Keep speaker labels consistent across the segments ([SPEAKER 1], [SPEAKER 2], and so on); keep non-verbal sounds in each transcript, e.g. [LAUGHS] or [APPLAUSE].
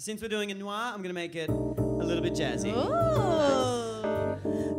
[SPEAKER 1] Since we're doing it noir, I'm gonna make it a little bit jazzy.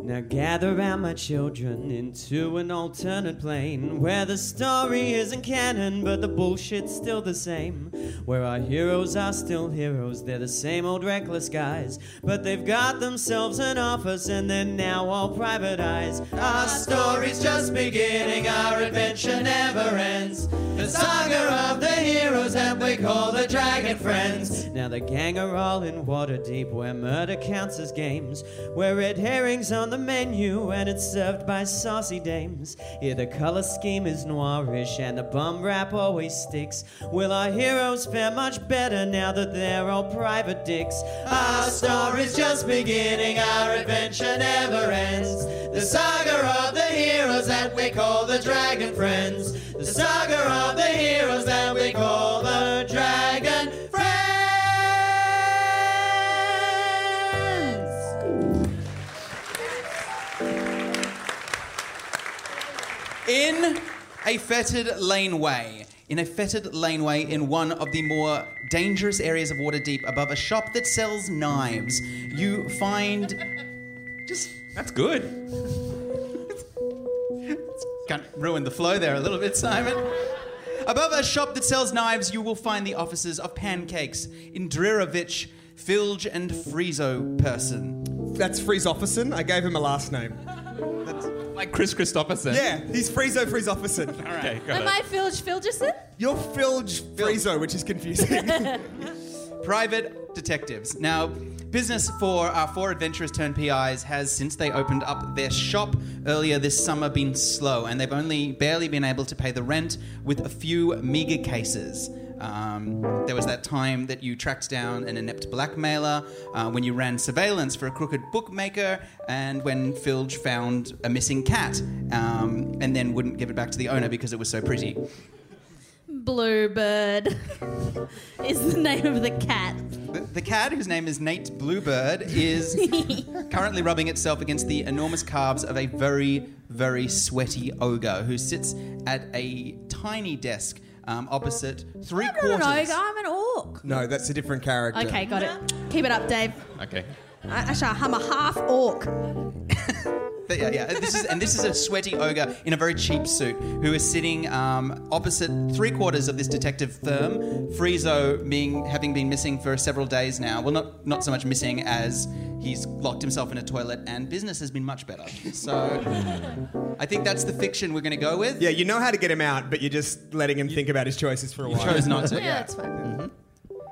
[SPEAKER 1] Now gather round my children into an alternate plane where the story isn't canon, but the bullshit's still the same. Where our heroes are still heroes, they're the same old reckless guys, but they've got themselves an office and they're now all private eyes. Our story's just beginning, our adventure never ends. The saga of the heroes that we call the Dragon Friends. Now the gang are all in water deep where murder counts as games, where red herrings on the menu and it's served by saucy dames. Yeah, the color scheme is noirish and the bum rap always sticks. Will our heroes fare much better now that they're all private dicks? Our story's just beginning, our adventure never ends. The saga of the heroes that we call the Dragon Friends. The saga of the heroes that we call the Dragon Friends.
[SPEAKER 2] In a fetid laneway, in a fetid laneway in one of the more dangerous areas of Waterdeep, above a shop that sells knives, you find just that's good. Can't ruin the flow there a little bit, Simon. Above a shop that sells knives, you will find the offices of Pancakes, Indrirovich, Filge, and Friezo Person.
[SPEAKER 3] That's Freeze Officerson. I gave him a last name.
[SPEAKER 4] Like Chris Christopherson.
[SPEAKER 3] Yeah, he's Friezo Freeze [LAUGHS] Officerson.
[SPEAKER 4] Okay, got
[SPEAKER 5] Am I Filge Filgerson?
[SPEAKER 3] You're Filge Friezo, which is confusing.
[SPEAKER 2] private detectives. Now, business for our four adventurers turned PIs has, since they opened up their shop earlier this summer, been slow, and they've only barely been able to pay the rent with a few meager cases. Um, there was that time that you tracked down an inept blackmailer, uh, when you ran surveillance for a crooked bookmaker, and when Filge found a missing cat um, and then wouldn't give it back to the owner because it was so pretty.
[SPEAKER 5] Bluebird [LAUGHS] is the name of the cat.
[SPEAKER 2] The, the cat, whose name is Nate Bluebird, is currently rubbing itself against the enormous calves of a very, very sweaty ogre who sits at a tiny desk um, opposite three
[SPEAKER 5] I'm not
[SPEAKER 2] quarters.
[SPEAKER 5] an ogre, I'm an
[SPEAKER 3] [LAUGHS]
[SPEAKER 5] orc.
[SPEAKER 3] no, that's a different character.
[SPEAKER 5] Okay, got it. Keep it up, Dave.
[SPEAKER 4] it. Okay.
[SPEAKER 5] I, actually, I'm a half orc.
[SPEAKER 2] But yeah, yeah. This is, and this is a sweaty ogre in a very cheap suit who is sitting um, opposite three quarters of this detective firm, Friezo being having been missing for several days now. Well, not not so much missing as he's locked himself in a toilet, and business has been much better. So I think that's the fiction we're going to go with.
[SPEAKER 3] Yeah, you know how to get him out, but you're just letting him think about his choices for a while.
[SPEAKER 2] chose not to.
[SPEAKER 5] Yeah, that's fine.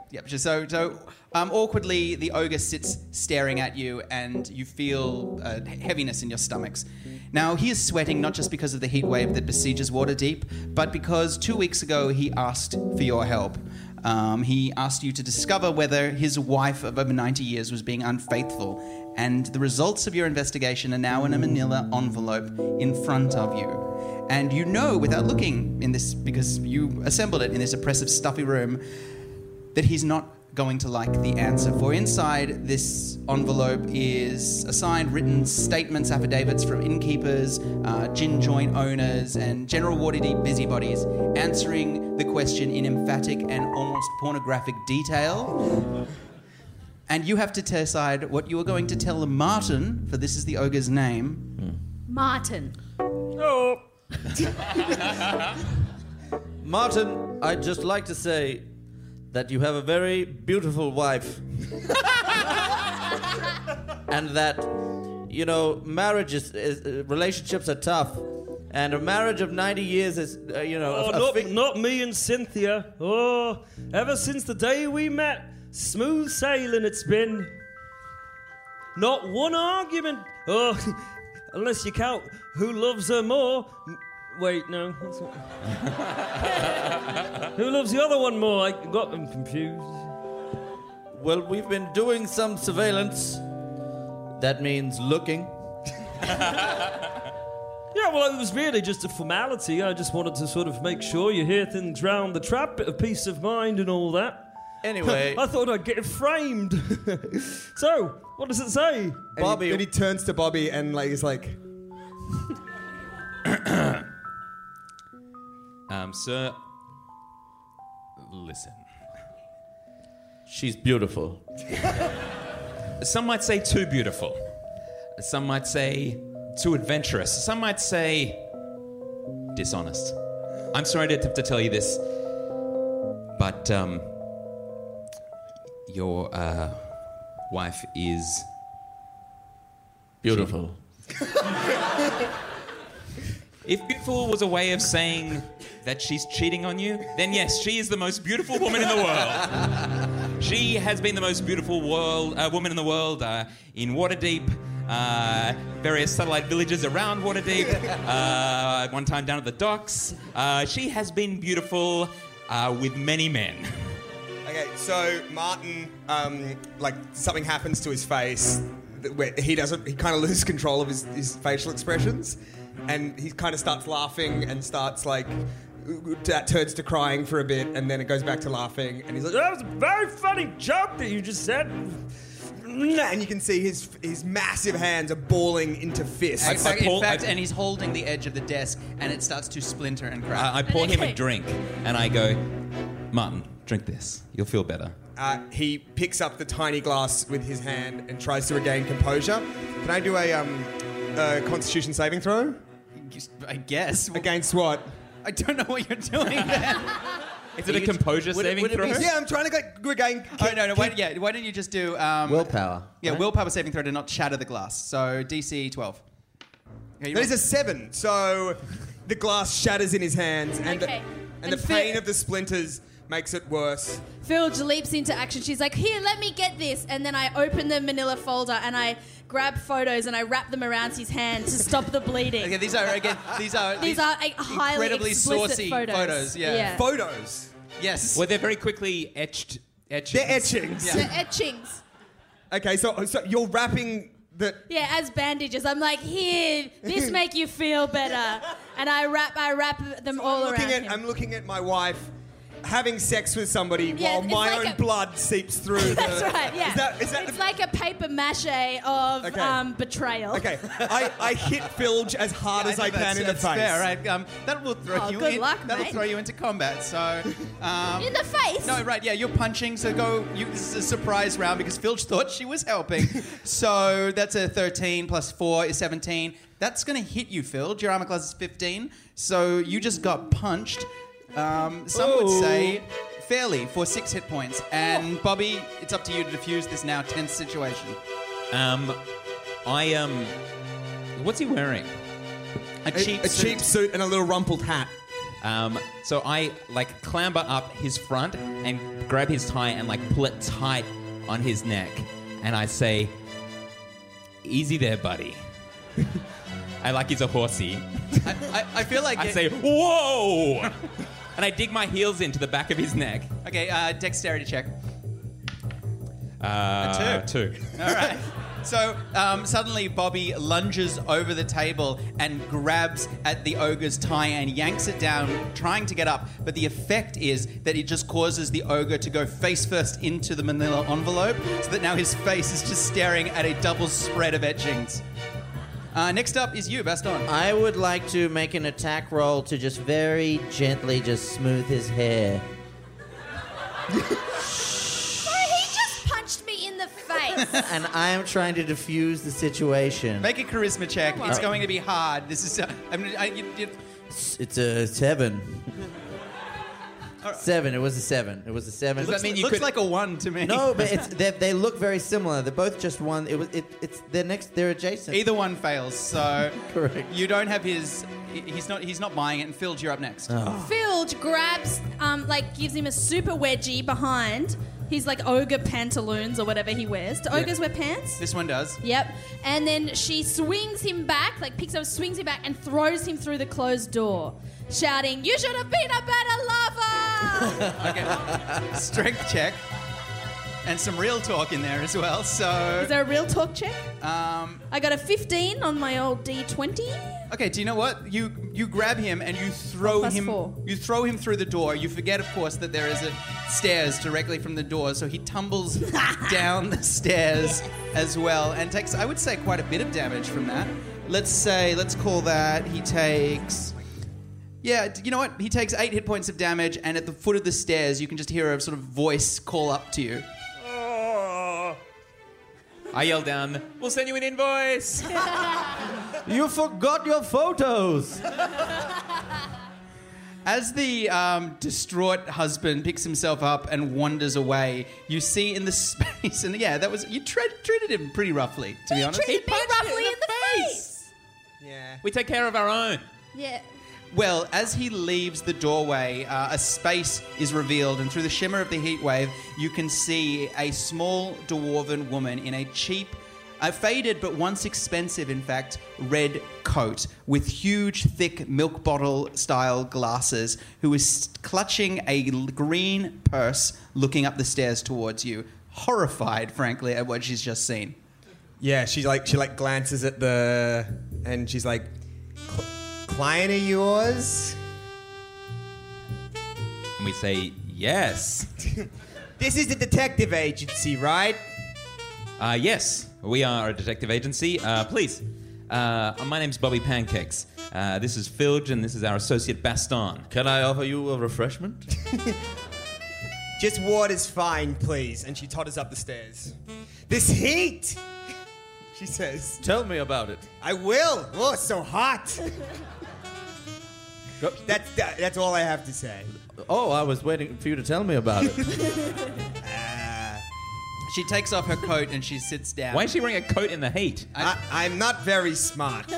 [SPEAKER 2] Yep. just So, so um, awkwardly, the ogre sits staring at you, and you feel uh, heaviness in your stomachs. Now, he is sweating not just because of the heat wave that besieges Waterdeep, but because two weeks ago he asked for your help. Um, he asked you to discover whether his wife of over 90 years was being unfaithful, and the results of your investigation are now in a manila envelope in front of you. And you know, without looking in this, because you assembled it in this oppressive, stuffy room, that he's not going to like the answer. For inside this envelope is assigned written statements, affidavits from innkeepers, uh, gin joint owners, and general Waterdeep busybodies answering the question in emphatic and almost pornographic detail. And you have to decide what you are going to tell Martin, for this is the ogre's name.
[SPEAKER 5] Martin.
[SPEAKER 6] [LAUGHS] Martin, I'd just like to say that you have a very beautiful wife. [LAUGHS] and that, you know, marriage is, is uh, relationships are tough. And a marriage of 90 years is, uh, you know, a-
[SPEAKER 7] Oh,
[SPEAKER 6] a
[SPEAKER 7] not,
[SPEAKER 6] fi-
[SPEAKER 7] not me and Cynthia. Oh, ever since the day we met, smooth sailing it's been. [LAUGHS] Not one argument. Oh, unless you count who loves her more, m- Wait, no. That's not... [LAUGHS] Who loves the other one more? I got them confused.
[SPEAKER 6] Well, we've been doing some surveillance. That means looking.
[SPEAKER 7] Yeah, well, it was really just a formality. I just wanted to sort of make sure you hear things round the trap, bit of peace of mind and all that.
[SPEAKER 4] [LAUGHS]
[SPEAKER 6] Anyway,
[SPEAKER 7] [LAUGHS] I thought I'd get it framed. [LAUGHS] so, what does it say?
[SPEAKER 6] Bobby-
[SPEAKER 3] Bobby. And he turns to Bobby and like he's like,
[SPEAKER 4] Um, sir, listen.
[SPEAKER 6] she's beautiful.
[SPEAKER 4] Some might say too beautiful. Some might say too adventurous. Some might say dishonest. I'm sorry to, to tell you this, but um, your uh, wife is.
[SPEAKER 6] Beautiful.
[SPEAKER 4] If beautiful was a way of saying that she's cheating on you, then yes, she is the most beautiful woman in the world. She has been the most beautiful world, uh, woman in the world uh, in Waterdeep, uh, various satellite villages around Waterdeep, uh, one time down at the docks. Uh, she has been beautiful uh, with many men.
[SPEAKER 3] okay, so Martin, um, like something happens to his face. that- Where he doesn't, he kind of loses control of his, his facial expressions, and he kind of starts laughing and starts like, that turns to crying for a bit, and then it goes back to laughing, and he's like, "Ah!"
[SPEAKER 7] That was a very funny joke that you just said.
[SPEAKER 3] and you can see his his massive hands are balling into fists.
[SPEAKER 2] In
[SPEAKER 4] I
[SPEAKER 2] fact, in
[SPEAKER 4] pull-
[SPEAKER 2] fact,
[SPEAKER 4] I-
[SPEAKER 2] and he's holding the edge of the desk, and it starts to splinter and crack.
[SPEAKER 4] Uh, I, I pour him a
[SPEAKER 5] Okay.
[SPEAKER 4] drink and I go, Martin, drink this. You'll feel better.
[SPEAKER 3] Uh, he picks up the tiny glass with his hand and tries to regain composure. Can I do a, um, a Constitution saving throw
[SPEAKER 2] I guess.
[SPEAKER 3] against what?
[SPEAKER 2] I don't know what you're doing there.
[SPEAKER 4] Is it a composure
[SPEAKER 6] would it-
[SPEAKER 4] saving
[SPEAKER 6] would it be
[SPEAKER 4] throw?
[SPEAKER 6] s-
[SPEAKER 3] Yeah, I'm trying to like, regain.
[SPEAKER 2] oh, no, no, wait, yeah. Why don't you just do. Um,
[SPEAKER 6] Willpower.
[SPEAKER 2] Yeah, willpower saving throw to not shatter the glass. So DC 12. Okay, you
[SPEAKER 3] That is
[SPEAKER 2] roll-
[SPEAKER 3] a seven. So the glass shatters in his hands, and
[SPEAKER 5] Okay.
[SPEAKER 3] the, and the
[SPEAKER 5] And fi-
[SPEAKER 3] pain of the splinters makes it worse.
[SPEAKER 5] Filge leaps into action. She's like, Here, let me get this. And then I open the manila folder and I grab photos and I wrap them around his hand to stop the bleeding.
[SPEAKER 2] Okay, these are again. These are
[SPEAKER 5] These are a highly
[SPEAKER 2] incredibly
[SPEAKER 5] explicit
[SPEAKER 2] saucy
[SPEAKER 5] photos.
[SPEAKER 2] Yeah.
[SPEAKER 5] Yeah.
[SPEAKER 3] Photos.
[SPEAKER 2] Yes.
[SPEAKER 4] Well, they're very quickly etched. etched.
[SPEAKER 3] They're etchings.
[SPEAKER 2] Yeah.
[SPEAKER 5] The etchings.
[SPEAKER 3] Okay, so, so you're wrapping the.
[SPEAKER 5] Yeah, as bandages. I'm like, Here, this make you feel better. And I wrap I wrap them all
[SPEAKER 3] I'm looking
[SPEAKER 5] around
[SPEAKER 3] at.
[SPEAKER 5] him.
[SPEAKER 3] I'm looking at my wife having sex with somebody
[SPEAKER 5] Yeah,
[SPEAKER 3] while
[SPEAKER 5] it's
[SPEAKER 3] my
[SPEAKER 5] like
[SPEAKER 3] own
[SPEAKER 5] a-
[SPEAKER 3] blood seeps through. the-
[SPEAKER 5] [LAUGHS] That's right, yeah.
[SPEAKER 3] Is that- is that
[SPEAKER 5] it's
[SPEAKER 3] the-
[SPEAKER 5] like a paper mache of
[SPEAKER 3] Okay.
[SPEAKER 5] um,
[SPEAKER 3] [LAUGHS]
[SPEAKER 5] betrayal.
[SPEAKER 3] Okay, I, I hit Filge as hard as
[SPEAKER 2] know
[SPEAKER 3] I can
[SPEAKER 2] that's-
[SPEAKER 3] in the
[SPEAKER 2] that's
[SPEAKER 3] face.
[SPEAKER 2] Fair, right? Um, that will throw
[SPEAKER 5] Oh,
[SPEAKER 2] you.
[SPEAKER 5] good
[SPEAKER 2] in-
[SPEAKER 5] luck,
[SPEAKER 2] That'll
[SPEAKER 5] mate.
[SPEAKER 2] throw you into combat. So, um,
[SPEAKER 5] In the face.
[SPEAKER 2] no, right? Yeah, you're punching. So go. You, this is a surprise round because Filch thought she was helping. so that's a 13 plus four is 17. That's gonna hit you, Filch. Your armor class is 15. So you just got punched. Um, some would say fairly for six hit points. And Bobby, it's up to you to defuse this now tense situation.
[SPEAKER 4] Um, I um, what's he wearing?
[SPEAKER 2] A
[SPEAKER 3] A,
[SPEAKER 2] cheap,
[SPEAKER 3] a
[SPEAKER 2] suit.
[SPEAKER 3] cheap suit and a little rumpled hat.
[SPEAKER 4] Um, so I like clamber up his front and grab his tie and like pull it tight on his neck, and I say, "Easy there, buddy." [LAUGHS] I like he's a horsey.
[SPEAKER 2] I, I, I feel like
[SPEAKER 4] I
[SPEAKER 2] it-
[SPEAKER 4] say, "Whoa!" [LAUGHS] and I dig my heels into the back of his neck.
[SPEAKER 2] Okay, uh, dexterity check.
[SPEAKER 4] Uh,
[SPEAKER 2] two.
[SPEAKER 4] two.
[SPEAKER 2] All right. So um, suddenly Bobby lunges over the table and grabs at the ogre's tie and yanks it down, trying to get up. But the effect is that it just causes the ogre to go face first into the manila envelope, so that now his face is just staring at a double spread of etchings. Uh, next up is you, Baston.
[SPEAKER 6] I would like to make an attack roll to just very gently just smooth his hair.
[SPEAKER 5] So he just punched me in the face. [LAUGHS]
[SPEAKER 6] And I am trying to diffuse the situation.
[SPEAKER 2] Make a charisma check.
[SPEAKER 5] Come on.
[SPEAKER 2] It's going to be hard. This is. Uh, I mean, I, you, you,
[SPEAKER 6] It's a seven. Seven. It was a seven. It was a seven.
[SPEAKER 2] does that mean you looks
[SPEAKER 6] could-
[SPEAKER 2] like a one to me?
[SPEAKER 6] No, Oh, but it's they, they look very similar. They're both just one. It was it, it's they're next. They're adjacent.
[SPEAKER 2] Either one fails, [LAUGHS] so
[SPEAKER 6] Correct.
[SPEAKER 2] you don't have his. he- He's not. He's not buying it. And Oh. Phil, you're up next.
[SPEAKER 5] Filge grabs, um, like, gives him a super wedgie behind, He's like ogre pantaloons or whatever he wears. Do ogres wear pants?
[SPEAKER 2] This one does.
[SPEAKER 5] Yep. And then she swings him back, like picks up, swings him back, and throws him through the closed door, shouting, You should have been a
[SPEAKER 3] [LAUGHS]
[SPEAKER 5] better lover!
[SPEAKER 2] Strength check. And some real talk in there as well. So,
[SPEAKER 5] Is there a real talk check?
[SPEAKER 2] um,
[SPEAKER 5] I got a 15 on my old D20.
[SPEAKER 2] okay. Do you know what? You you grab him and you throw
[SPEAKER 5] Plus
[SPEAKER 2] him.
[SPEAKER 5] four.
[SPEAKER 2] You throw him through the door. You forget, of course, that there is a stairs directly from the door. So he
[SPEAKER 5] [LAUGHS]
[SPEAKER 2] tumbles down the stairs as well and takes, I would say, quite a bit of damage from that. Let's say, let's call that he takes. Yeah, d- you know what? He takes eight hit points of damage, and at the foot of the stairs, you can just hear a sort of voice call up to you.
[SPEAKER 4] I yell down, we'll send you an invoice.
[SPEAKER 6] You forgot your photos.
[SPEAKER 2] As the um, distraught husband picks himself up and wanders away, you see in the [LAUGHS] space, and yeah, that was you tra- treated him pretty roughly, to be honest.
[SPEAKER 5] treated me roughly in the face.
[SPEAKER 3] Yeah.
[SPEAKER 4] We take care of our own.
[SPEAKER 5] Yeah.
[SPEAKER 2] Well, as he leaves the doorway, uh, a space is revealed, and through the shimmer of the heat wave, you can see a small dwarven woman in a cheap, a faded but once expensive, in fact, red coat with huge, thick milk bottle style glasses, who is clutching a l- green purse, looking up the stairs towards you, horrified, frankly, at what she's just seen.
[SPEAKER 3] Yeah, she like she like glances at the and she's like, "Cl- "Client of yours?
[SPEAKER 4] And we say, yes.
[SPEAKER 3] This is the detective agency, right?"
[SPEAKER 4] Uh, yes, we are a detective agency. Uh, please. Uh, my name's Bobby Pancakes. Uh, this is Filge, and this is our associate Baston.
[SPEAKER 6] Can I offer you a refreshment?
[SPEAKER 3] Just water's fine, please. And she totters up the stairs. This heat, [LAUGHS] she says.
[SPEAKER 6] Tell me about it.
[SPEAKER 3] I will. Oh, it's so
[SPEAKER 4] [LAUGHS]
[SPEAKER 3] hot.
[SPEAKER 6] Go-
[SPEAKER 3] That's that, that's all I have to say.
[SPEAKER 6] Oh, I was waiting for you to tell me about it.
[SPEAKER 2] She takes off her coat and she sits down.
[SPEAKER 4] [LAUGHS] Why is she wearing a coat in the heat?
[SPEAKER 3] I, I'm not very smart.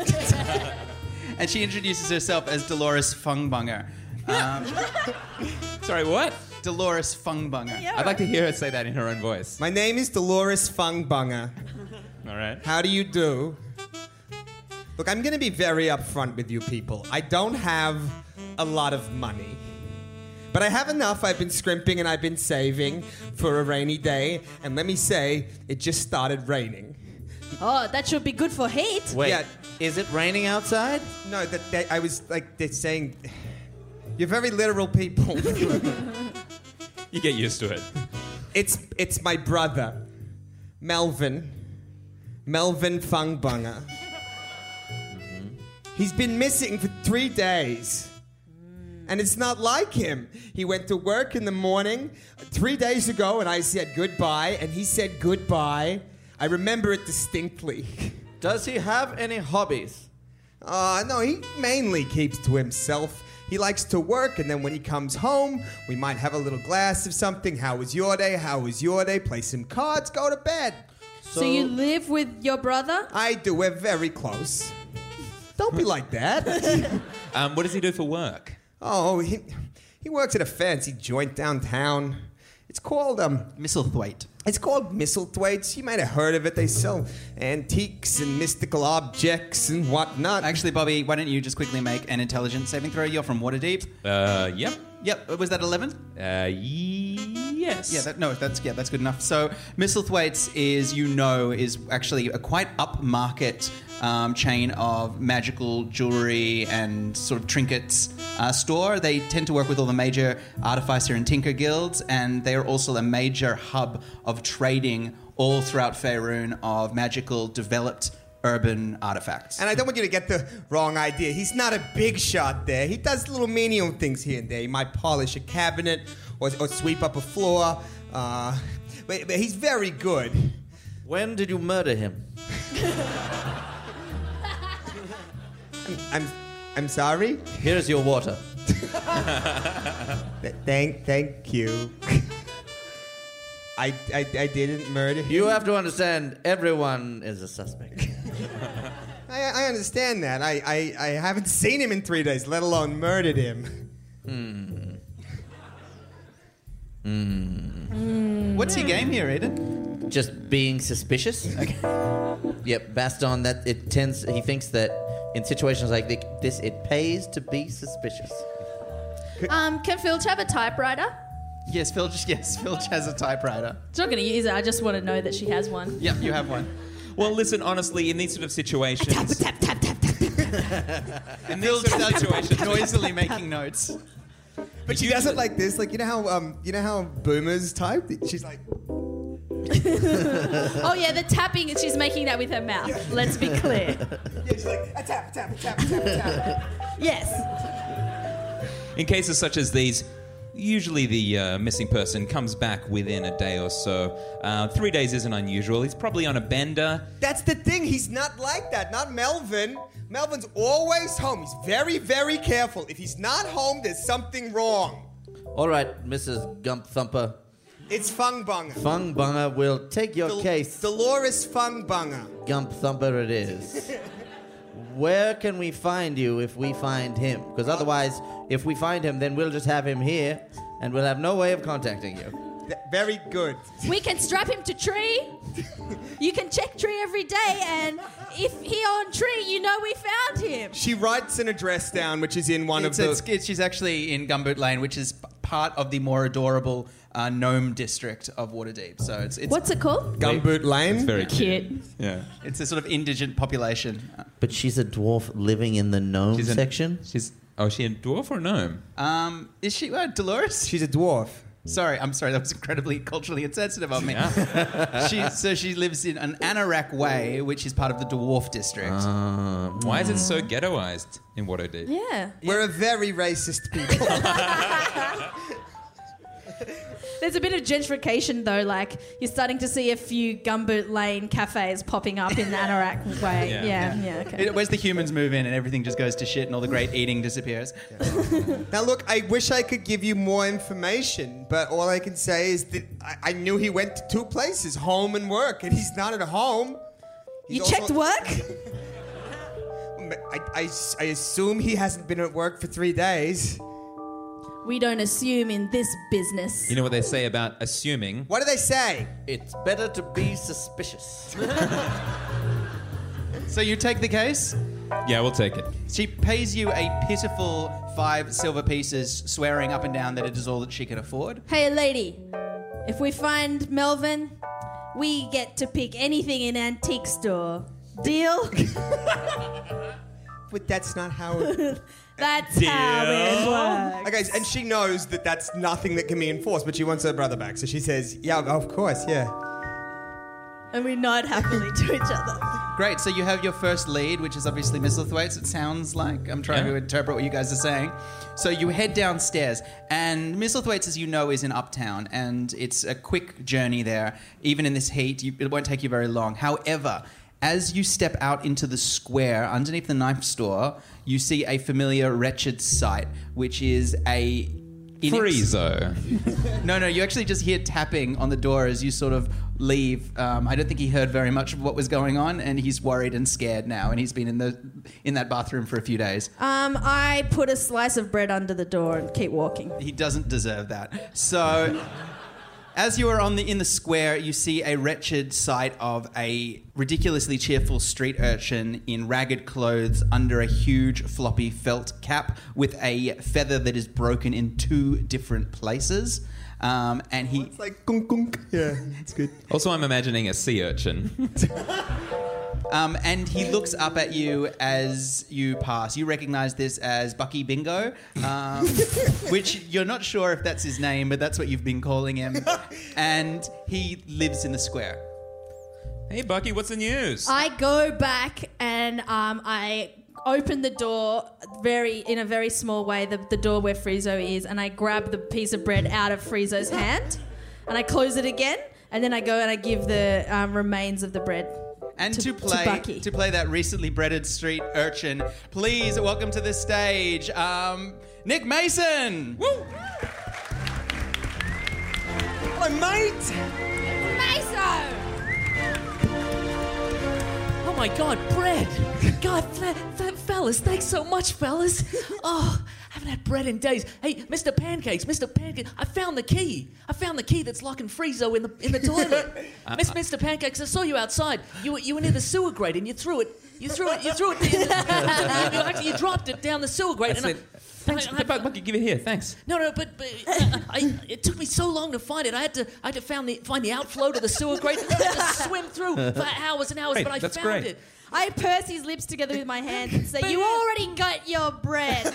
[SPEAKER 2] and she introduces herself as Dolores Fungbunger. Um,
[SPEAKER 4] Sorry, what?
[SPEAKER 2] Dolores Fungbunger.
[SPEAKER 4] I'd like to hear her say that in her own voice.
[SPEAKER 3] My name is Dolores Fungbunger.
[SPEAKER 4] All right.
[SPEAKER 3] How do you do? Look, I'm going to be very upfront with you people. I don't have a lot of money. But I have enough. I've been scrimping and I've been saving for a rainy day. And let me say, it just started raining.
[SPEAKER 5] Oh, that should be good for heat.
[SPEAKER 6] Wait,
[SPEAKER 3] Yeah.
[SPEAKER 6] is it raining outside?
[SPEAKER 3] No, that they, I was like, they're saying, you're very literal people.
[SPEAKER 4] You get used to it.
[SPEAKER 3] it's, it's my brother, Melvin. Melvin Fungbunger. He's been missing for three days. And it's not like him. He went to work in the morning three days ago, and I said goodbye, and he said goodbye. I remember it distinctly. [LAUGHS]
[SPEAKER 6] Does he have any hobbies?
[SPEAKER 3] Uh, no, he mainly keeps to himself. He likes to work, and then when he comes home, we might have a little glass of something. How was your day? How was your day? Play some cards, go to bed.
[SPEAKER 5] So, you live with your brother?
[SPEAKER 3] I do, we're very close. Don't be like that.
[SPEAKER 4] Um, what does he do for work?
[SPEAKER 3] oh, he, he works at a fancy joint downtown. It's called, um,
[SPEAKER 2] Misselthwaite.
[SPEAKER 3] It's called Misselthwaites. You might have heard of it. They sell antiques and mystical objects and whatnot.
[SPEAKER 2] Actually, Bobby, why don't you just quickly make an intelligence saving throw? You're from Waterdeep.
[SPEAKER 4] Uh, yep.
[SPEAKER 2] Yep, was that 11?
[SPEAKER 4] Uh, yes.
[SPEAKER 2] Yeah, that, no, that's yeah, that's good enough. So Misselthwaites is, you know, is actually a quite upmarket um, chain of magical jewelry and sort of trinkets uh, store. They tend to work with all the major artificer and tinker guilds, and they are also a major hub of trading all throughout Faerun of magical developed urban artifacts.
[SPEAKER 3] And I don't want you to get the wrong idea. He's not a big shot there. He does little menial things here and there. He might polish a cabinet or, or sweep up a floor. Uh, but, but he's very good.
[SPEAKER 6] When did you murder him?
[SPEAKER 3] I'm, I'm sorry.
[SPEAKER 6] Here's your water. [LAUGHS]
[SPEAKER 3] Th- [LAUGHS] thank, thank you. I, I, I didn't murder him.
[SPEAKER 6] You have to understand, everyone is a suspect.
[SPEAKER 3] I, I understand that. I, I, I haven't seen him in three days, let alone murdered him.
[SPEAKER 2] What's
[SPEAKER 4] Hmm.
[SPEAKER 2] your game here, Aiden?
[SPEAKER 6] Just being suspicious. Okay. Yep, Baston. That it tends. He thinks that in situations like thi- this, it pays to be suspicious.
[SPEAKER 5] Um, can Filch have a typewriter?
[SPEAKER 2] Yes, Phil.
[SPEAKER 4] [LAUGHS]
[SPEAKER 2] Yes, Phil has a typewriter.
[SPEAKER 5] She's not going to use it. I just want to know that she has [LAUGHS] one.
[SPEAKER 2] Yep, you have one.
[SPEAKER 4] Well, listen, honestly, in these sort of situations,
[SPEAKER 5] Tap tap tap tap.
[SPEAKER 4] in
[SPEAKER 2] Phil
[SPEAKER 4] these sort of situations,
[SPEAKER 2] noisily making notes.
[SPEAKER 3] But she does it like this, like you know how um, you know how boomers type. She's like,
[SPEAKER 5] Oh yeah, the tapping. She's making that with her mouth. Let's be [LAUGHS] clear.
[SPEAKER 3] yeah, she's like, a tap, tap, tap, tap, tap.
[SPEAKER 5] Yes.
[SPEAKER 4] in cases such as these, usually the uh, missing person comes back within a day or so. Uh, three days isn't unusual. He's probably on a bender.
[SPEAKER 3] [LAUGHS] That's the thing. He's not like that. Not Melvin. Melvin's always home. He's very, very careful. If he's not home, there's something wrong.
[SPEAKER 6] All right, Mrs. Gump Thumper.
[SPEAKER 3] It's Fungbunger.
[SPEAKER 6] Fung Bunger will take your
[SPEAKER 3] Del-
[SPEAKER 6] case.
[SPEAKER 3] Dolores Fungbunger.
[SPEAKER 6] Gump Thumper it is. Where can we find you if we find him? Because otherwise, if we find him, then we'll just have him here and we'll have no way of contacting you.
[SPEAKER 3] Th- Very good.
[SPEAKER 5] We can strap him to tree. You can check tree every day, and if he on tree, you know we found him.
[SPEAKER 3] She writes an address down, which is in one
[SPEAKER 2] It's,
[SPEAKER 3] of the.
[SPEAKER 2] it's, it's, she's actually in Gumboot Lane, which is p- part of the more adorable uh, gnome district of Waterdeep. So it's it's,
[SPEAKER 5] What's it called?
[SPEAKER 3] Gumboot Lane.
[SPEAKER 4] Very
[SPEAKER 5] Cute.
[SPEAKER 4] Yeah.
[SPEAKER 2] it's a sort of indigent population. Uh,
[SPEAKER 6] But she's a dwarf living in the gnome
[SPEAKER 4] She's an-
[SPEAKER 6] section.
[SPEAKER 4] She's oh, is she a dwarf or a gnome?
[SPEAKER 2] Um, is she uh, Dolores?
[SPEAKER 3] She's a dwarf.
[SPEAKER 2] Sorry, I'm sorry. That was incredibly culturally insensitive of me. [LAUGHS] she, so she lives in an Anorak Way, which is part of the Dwarf District.
[SPEAKER 6] Ah.
[SPEAKER 4] Why is it
[SPEAKER 5] Hmm.
[SPEAKER 4] so ghettoized in Waterdeep?
[SPEAKER 5] Yeah.
[SPEAKER 3] We're a very racist people. [LAUGHS]
[SPEAKER 5] There's a bit of gentrification though. Like you're starting to see a few Gumboot Lane cafes popping up in the Anorak way.
[SPEAKER 4] Yeah.
[SPEAKER 5] Yeah. Yeah. okay.
[SPEAKER 2] It- where's the humans move in and everything just goes to shit and all the great eating disappears.
[SPEAKER 3] Now, look, I wish I could give you more information, but all I can say is that I, I knew he went to two places, home and work, and he's not at home. He's
[SPEAKER 5] you
[SPEAKER 3] also-
[SPEAKER 5] checked work?
[SPEAKER 3] I, I s- I assume he hasn't been at work for three days.
[SPEAKER 5] we don't assume in this business.
[SPEAKER 4] You know what they say about assuming.
[SPEAKER 3] What do they say?
[SPEAKER 6] It's better to be suspicious.
[SPEAKER 2] [LAUGHS] So you take the case.
[SPEAKER 4] Yeah, we'll take it.
[SPEAKER 2] She pays you a pitiful five silver pieces, swearing up and down that it is all that she can afford.
[SPEAKER 5] Hey, lady. If we find Melvin, we get to pick anything in antique store. Deal?
[SPEAKER 3] But that's not how.
[SPEAKER 5] [LAUGHS]
[SPEAKER 3] It...
[SPEAKER 5] That's how it works.
[SPEAKER 3] okay, and she knows that that's nothing that can be enforced, but she wants her brother back, so she says, "Yeah, of course, yeah."
[SPEAKER 5] And we nod happily to each other.
[SPEAKER 2] Great. So you have your first lead, which is obviously Miss Lithwaite's. It sounds like I'm trying
[SPEAKER 4] Yeah.
[SPEAKER 2] to interpret what you guys are saying. So you head downstairs, and Miss Lithwaite's, as you know, is in Uptown, and it's a quick journey there. Even in this heat, you, it won't take you very long. However, as you step out into the square underneath the knife store, you see a familiar, wretched sight, which is a inex-
[SPEAKER 4] Friezo.
[SPEAKER 2] no, no, you actually just hear tapping on the door as you sort of leave. Um, I don't think he heard very much of what was going on, and he's worried and scared now. And he's been in the in that bathroom for a few days.
[SPEAKER 5] Um, I put a slice of bread under the door and keep walking.
[SPEAKER 2] He doesn't deserve that. So, [LAUGHS] as you are on the in the square, you see a wretched sight of a ridiculously cheerful street urchin in ragged clothes under a huge floppy felt cap with a feather that is broken in two different places. Um, and he
[SPEAKER 3] It's like gunk gunk. Yeah, it's good.
[SPEAKER 4] Also, I'm imagining a sea urchin.
[SPEAKER 2] Um, and he looks up at you as you pass. You recognize this as Bucky Bingo, um, which you're not sure if that's his name, but that's what you've been calling him. And he lives in the square.
[SPEAKER 4] [LAUGHS] hey, Bucky, what's the news?
[SPEAKER 8] Uh,
[SPEAKER 5] I go back and um, I open the door very in a very small way, the, the door where Friezo is, and I grab the piece of bread out of Friezo's hand, and I close it again, and then I go and I give the um, remains of the bread.
[SPEAKER 2] And to,
[SPEAKER 5] To- to
[SPEAKER 2] play to,
[SPEAKER 5] Bucky.
[SPEAKER 2] play that recently breaded street urchin, please welcome to the stage um, Nick Mason. Woo!
[SPEAKER 3] Hello, mate.
[SPEAKER 5] Friezo!
[SPEAKER 8] Oh my god, bread! God, fe- fe- fellas, thanks so much, fellas. Oh, haven't had bread in days. Hey, Mr. Pancakes, Mr. Pancakes, I found the key. I found the key that's locking Friezo in the in the
[SPEAKER 4] [LAUGHS]
[SPEAKER 8] toilet. Miss, Mr. Pancakes, I saw you outside. You were, you were near the sewer grate and you threw it. You threw it. You threw it.
[SPEAKER 4] [LAUGHS]
[SPEAKER 8] you, actually, you dropped it down the sewer grate.
[SPEAKER 4] That's
[SPEAKER 8] and I-
[SPEAKER 4] it. Thanks.
[SPEAKER 8] I- I-
[SPEAKER 4] the bug bucket, give it here. Thanks.
[SPEAKER 8] no, no, but, but I, I, it took me so long to find it. I had to, I had to find the, find the outflow to the sewer grate. I had to swim through for hours and hours,
[SPEAKER 4] Great,
[SPEAKER 8] but I
[SPEAKER 4] that's
[SPEAKER 8] found
[SPEAKER 4] great.
[SPEAKER 8] it.
[SPEAKER 5] I purse his lips together with my hands and say, "You already got your bread."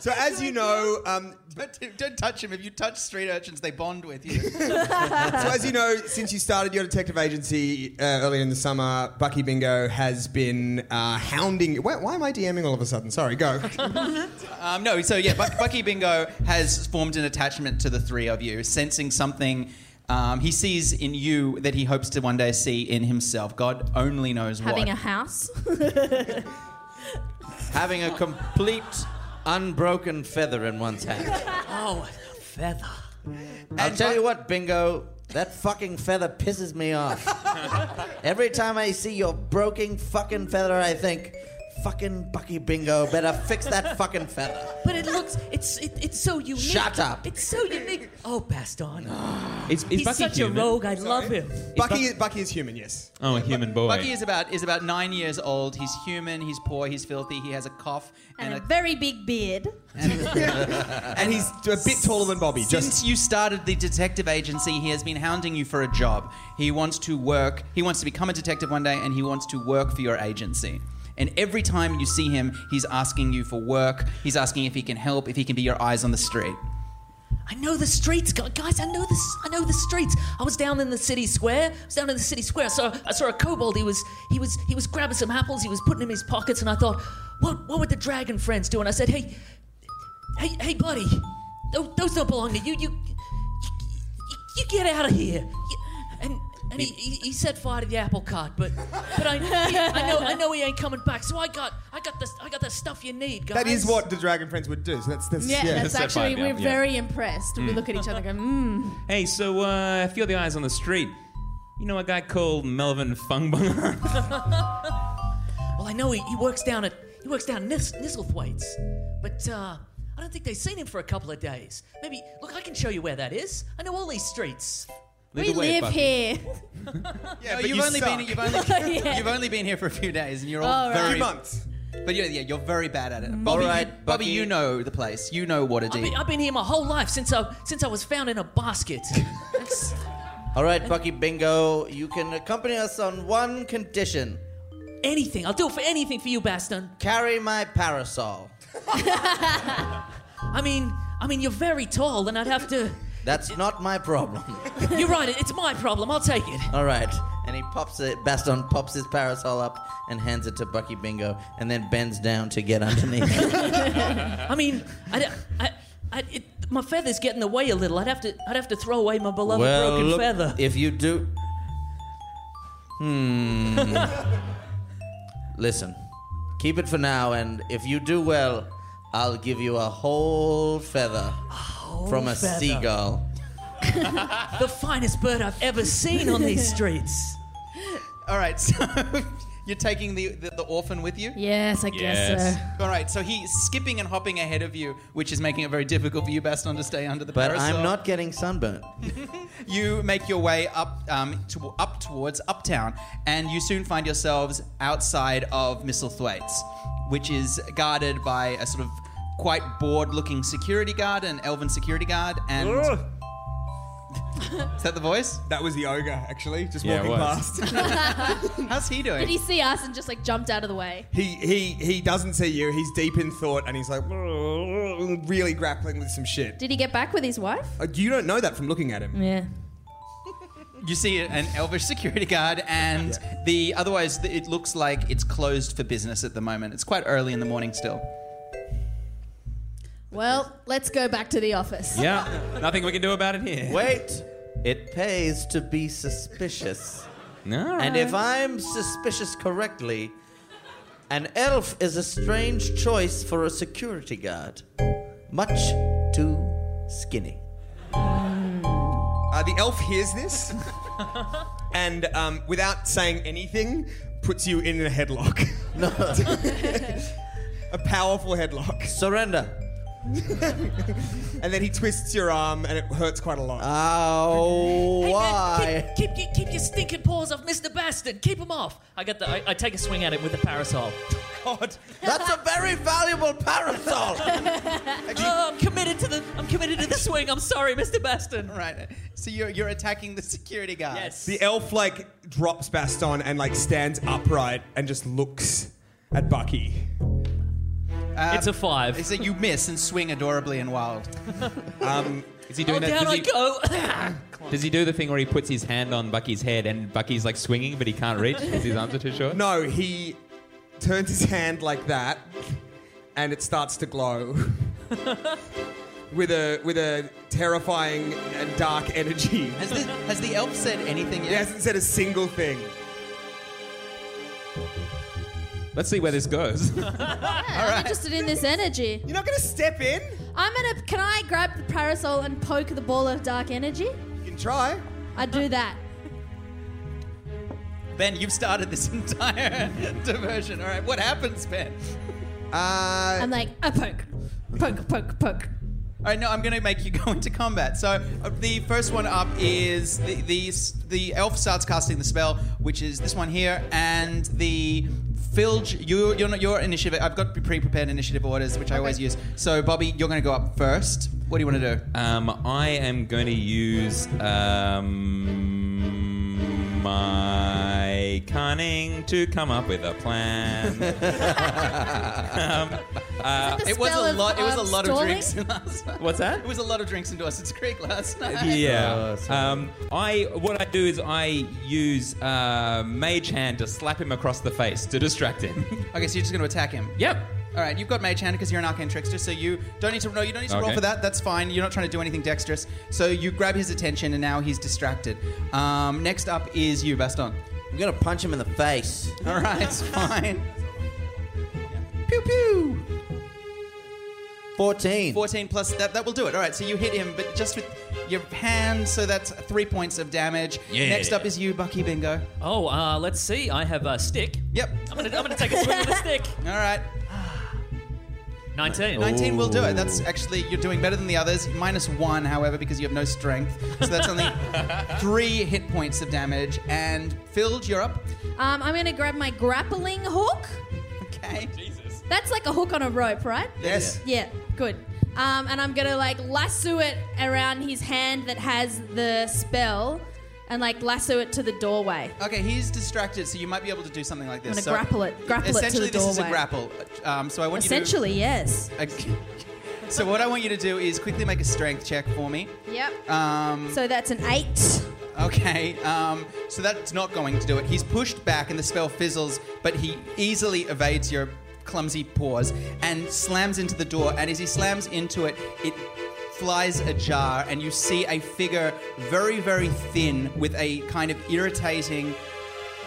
[SPEAKER 3] So as you know, um,
[SPEAKER 2] But don't- don't touch him. If you touch street urchins, they bond with you.
[SPEAKER 3] so as you know, since you started your detective agency uh, earlier in the summer, Bucky Bingo has been uh, hounding. Why, why am I DMing all of a sudden? Sorry, go.
[SPEAKER 2] Um, no, so yeah, Buck- Bucky Bingo has formed an attachment to the three of you, sensing something um, he sees in you that he hopes to one day see in himself. God only knows
[SPEAKER 5] Having a
[SPEAKER 2] what.
[SPEAKER 5] house. [LAUGHS]
[SPEAKER 6] Having a complete unbroken feather in one's
[SPEAKER 1] [LAUGHS]
[SPEAKER 6] hand.
[SPEAKER 8] Oh, feather.
[SPEAKER 6] I'll tell you what, Bingo. That fucking feather pisses me
[SPEAKER 1] [LAUGHS]
[SPEAKER 6] off. Every time I see your broken fucking feather, I think, fucking Bucky Bingo, better fix that fucking feather.
[SPEAKER 8] But it looks, it's, it, it's so unique.
[SPEAKER 6] Shut up.
[SPEAKER 8] It's so unique. Oh, Baston.
[SPEAKER 4] Is, is
[SPEAKER 8] He's
[SPEAKER 4] Bucky
[SPEAKER 8] such
[SPEAKER 4] human?
[SPEAKER 8] a rogue. I love him.
[SPEAKER 3] Bucky, is- Bucky is human, yes.
[SPEAKER 4] Oh, a human boy.
[SPEAKER 2] Bucky is about is about nine years old. He's human. He's poor. He's filthy. He has a cough
[SPEAKER 5] and a
[SPEAKER 2] a-
[SPEAKER 5] very big beard.
[SPEAKER 3] And he's a bit taller than Bobby. Just
[SPEAKER 2] Since you started the detective agency, he has been hounding you for a job. He wants to work, he wants to become a detective one day, and he wants to work for your agency. And every time you see him, he's asking you for work, he's asking if he can help, if he can be your eyes on the street.
[SPEAKER 8] I know the streets, gu- guys. I know this. I know the streets. I was down in the city square. I was down in the city square. I saw. I saw a kobold. He was. He was. He was grabbing some apples. He was putting them in his pockets. And I thought, what? What would the dragon friends do? And I said, hey, hey, hey, buddy, those, those don't belong to you. You, you, you get out of here. You- And and he, he, he set fire to the apple cart. But but I, I know I know he ain't coming back. So I got I got the I got the stuff you need, guys.
[SPEAKER 3] that is what the Dragon Friends would do. So that's that's
[SPEAKER 5] Yeah, that's
[SPEAKER 4] that's
[SPEAKER 5] actually
[SPEAKER 4] fine,
[SPEAKER 5] we're
[SPEAKER 4] yeah, yeah.
[SPEAKER 5] very impressed.
[SPEAKER 2] Mm.
[SPEAKER 5] We look at each other [LAUGHS] and go, "Mmm."
[SPEAKER 4] [LAUGHS] Hey, so uh, if you're the eyes on the street, you know a guy called Melvin Fungbung. [LAUGHS]
[SPEAKER 8] Well, I know he, he works down at he works down Nis- Nisselthwaite's, but uh, I don't think they've seen him for a couple of days. Maybe look, I can show you where that is. I know all these streets.
[SPEAKER 4] Lead
[SPEAKER 5] We
[SPEAKER 4] the way,
[SPEAKER 5] live
[SPEAKER 4] Bucky.
[SPEAKER 5] here.
[SPEAKER 3] yeah,
[SPEAKER 2] you've only been
[SPEAKER 5] [LAUGHS]
[SPEAKER 2] you've only, you've only been here for a few days, and you're all
[SPEAKER 5] All right.
[SPEAKER 2] very
[SPEAKER 3] Three months.
[SPEAKER 2] But you're, yeah, you're very bad at
[SPEAKER 5] Mm.
[SPEAKER 2] it. Bobby,
[SPEAKER 6] right,
[SPEAKER 2] you, Bobby,
[SPEAKER 6] Bucky.
[SPEAKER 2] you know the place. You know what it
[SPEAKER 8] I've
[SPEAKER 2] is.
[SPEAKER 8] been, I've been here my whole life since I since I was found in a basket. [LAUGHS] That's-
[SPEAKER 6] All [LAUGHS] right, Bucky Bingo, you can accompany us on one condition
[SPEAKER 8] anything, I'll do it for anything for you, Baston.
[SPEAKER 6] carry my parasol.
[SPEAKER 8] I mean, I mean, you're very tall, and I'd have to.
[SPEAKER 6] That's not my problem. [LAUGHS]
[SPEAKER 8] You're right. It's my problem. I'll take it.
[SPEAKER 6] All right. And he pops it, Baston pops his parasol up and hands it to Bucky Bingo and then bends down to get [LAUGHS] underneath.
[SPEAKER 8] I mean, I, I, I, it, my feather's getting away a little. I'd have to, I'd have to throw away my beloved broken
[SPEAKER 6] look,
[SPEAKER 8] feather.
[SPEAKER 6] if you do.
[SPEAKER 8] [LAUGHS]
[SPEAKER 6] Hmm. Listen, keep it for now, and if you do well, I'll give you a whole feather from a
[SPEAKER 8] feather.
[SPEAKER 6] seagull.
[SPEAKER 8] the finest bird I've ever seen on these streets.
[SPEAKER 2] All right, [LAUGHS] so you're taking the, the, the orphan with you?
[SPEAKER 5] Yes, I guess
[SPEAKER 4] Yes.
[SPEAKER 5] so.
[SPEAKER 2] All right, so he's skipping and hopping ahead of you, which is making it very difficult for you, Baston, to stay under the
[SPEAKER 6] But
[SPEAKER 2] parasol.
[SPEAKER 6] I'm not getting sunburned.
[SPEAKER 2] You make your way up um, to, up towards Uptown, and you soon find yourselves outside of Misselthwaite's, which is guarded by a sort of quite bored-looking security guard, an elven security guard, and
[SPEAKER 7] Ugh.
[SPEAKER 2] [LAUGHS] is that the voice?
[SPEAKER 3] That was the ogre, actually, just
[SPEAKER 4] Yeah, it
[SPEAKER 3] walking
[SPEAKER 4] was.
[SPEAKER 3] past. [LAUGHS]
[SPEAKER 2] How's he doing?
[SPEAKER 5] Did he see us and just like jumped out of the way?
[SPEAKER 3] he he he doesn't see you. He's deep in thought, and he's like [LAUGHS] really grappling with some shit.
[SPEAKER 5] Did he get back with his wife?
[SPEAKER 3] Uh, You don't know that from looking at him.
[SPEAKER 5] Yeah.
[SPEAKER 2] You see an elvish security guard, and
[SPEAKER 3] Yeah.
[SPEAKER 2] the otherwise th- it looks like it's closed for business at the moment. It's quite early in the morning still.
[SPEAKER 5] Well, let's go back to the office.
[SPEAKER 4] Yeah, nothing we can do about it here.
[SPEAKER 6] Wait! It pays to be suspicious.
[SPEAKER 4] No.
[SPEAKER 6] And if I'm suspicious correctly, an elf is a strange choice for a security guard. Much too skinny.
[SPEAKER 3] Uh, the elf hears this, and um, without saying anything, puts you in a headlock.
[SPEAKER 6] No.
[SPEAKER 3] [LAUGHS] a powerful headlock.
[SPEAKER 6] Surrender.
[SPEAKER 3] and then he twists your arm and it hurts quite a lot.
[SPEAKER 6] Ah. Oh, [LAUGHS]
[SPEAKER 8] Hey,
[SPEAKER 6] why?
[SPEAKER 8] Man, keep, keep, your- keep your stinking paws off Mr. Bastard. Keep him off. I got the. I, I take a swing at it with the parasol.
[SPEAKER 3] [LAUGHS] God.
[SPEAKER 6] That's a very valuable parasol.
[SPEAKER 8] Oh, I'm committed to the. I'm committed to the swing. I'm sorry, Mr. Bastard.
[SPEAKER 2] [LAUGHS] Right. So you're you're attacking the security guard.
[SPEAKER 8] Yes.
[SPEAKER 3] The elf like drops Baston and like stands upright and just looks at Bucky.
[SPEAKER 8] it's a five.
[SPEAKER 2] Is that you miss and swing adorably and wild?
[SPEAKER 4] Is he
[SPEAKER 8] oh,
[SPEAKER 4] doing that?
[SPEAKER 8] down
[SPEAKER 4] Does
[SPEAKER 8] I
[SPEAKER 4] he,
[SPEAKER 8] go. [LAUGHS]
[SPEAKER 4] does he do the thing where he puts his hand on Bucky's head and Bucky's like swinging, but he can't reach because his arms are too short?
[SPEAKER 3] No, he turns his hand like that and it starts to glow. with a with a terrifying and dark energy.
[SPEAKER 2] Has the has the elf said anything
[SPEAKER 3] He
[SPEAKER 2] yet?
[SPEAKER 3] hasn't said a single thing.
[SPEAKER 4] Let's see where this goes. [LAUGHS]
[SPEAKER 5] I'm interested in this energy.
[SPEAKER 3] You're not gonna step in?
[SPEAKER 5] I'm gonna. Can I grab the parasol and poke the ball of dark energy?
[SPEAKER 3] You can try.
[SPEAKER 5] I do that.
[SPEAKER 2] Ben, you've started this [LAUGHS] entire diversion. All right, what happens, Ben?
[SPEAKER 3] Uh,
[SPEAKER 5] I'm like, I poke, poke, poke, poke.
[SPEAKER 2] All right, no, I'm going to make you [LAUGHS] go into combat. So uh, the first one up is the, the the elf starts casting the spell, which is this one here, and the Filge, you, you're not your initiative. I've got pre-prepared initiative orders, which I always use. So Bobby, you're going to go up first. What do you want to do?
[SPEAKER 4] Um, I am going to use uh, um, my cunning to come up with a plan. um, uh,
[SPEAKER 5] The
[SPEAKER 2] It was
[SPEAKER 5] spell
[SPEAKER 2] a
[SPEAKER 5] of,
[SPEAKER 2] lot. It was a
[SPEAKER 5] um,
[SPEAKER 2] lot
[SPEAKER 5] stalling?
[SPEAKER 2] of drinks [LAUGHS] last night.
[SPEAKER 4] what's that?
[SPEAKER 2] It was a lot of drinks in Dawson's Creek last night.
[SPEAKER 4] [LAUGHS] Yeah. Um, I what I do is I use uh, Mage Hand to slap him across the face to distract him.
[SPEAKER 2] Okay, so you're just going to attack him.
[SPEAKER 4] [LAUGHS] yep.
[SPEAKER 2] All right, you've got Mage Hand because you're an arcane trickster, so you don't need to. No, you don't need to roll
[SPEAKER 4] Okay.
[SPEAKER 2] for that. That's fine. You're not trying to do anything dexterous. So you grab his attention, and now he's distracted. Um, next up is you, Baston.
[SPEAKER 6] I'm gonna punch him in the face. [LAUGHS]
[SPEAKER 2] All right, it's fine. Pew pew.
[SPEAKER 6] Fourteen.
[SPEAKER 2] Fourteen plus that that will do it. All right, so you hit him, but just with your hand. So that's three points of damage.
[SPEAKER 4] Yeah.
[SPEAKER 2] Next up is you, Bucky Bingo.
[SPEAKER 8] Oh, uh, let's see. I have a stick.
[SPEAKER 2] Yep.
[SPEAKER 8] I'm gonna. I'm gonna take a swing with a stick.
[SPEAKER 2] All right.
[SPEAKER 8] Nineteen.
[SPEAKER 2] 19 will do it. That's actually, you're doing better than the others. Minus one, however, because you have no strength. So that's only three hit points of damage. And Phil, you're up.
[SPEAKER 5] Um, I'm gonna grab my grappling hook.
[SPEAKER 2] Okay.
[SPEAKER 5] That's like a hook on a rope, right?
[SPEAKER 3] yes.
[SPEAKER 5] Yeah, good. Um, and I'm gonna like lasso it around his hand that has the spell, and like lasso it to the doorway.
[SPEAKER 2] Okay, he's distracted, so you might be able to do something like this.
[SPEAKER 5] I'm gonna
[SPEAKER 2] So
[SPEAKER 5] grapple it- grapple it to the
[SPEAKER 2] essentially, this is a
[SPEAKER 5] doorway.
[SPEAKER 2] grapple. Um, so I want
[SPEAKER 5] Essentially, yes.
[SPEAKER 2] you to. [LAUGHS] so what I want you to do is quickly make a strength check for me.
[SPEAKER 5] Yep.
[SPEAKER 2] Um,
[SPEAKER 5] so that's an eight.
[SPEAKER 2] okay, um, so that's not going to do it. He's pushed back, and the spell fizzles, but he easily evades your clumsy paws and slams into the door. And as he slams into it, it flies ajar, and you see a figure very, very thin with a kind of irritating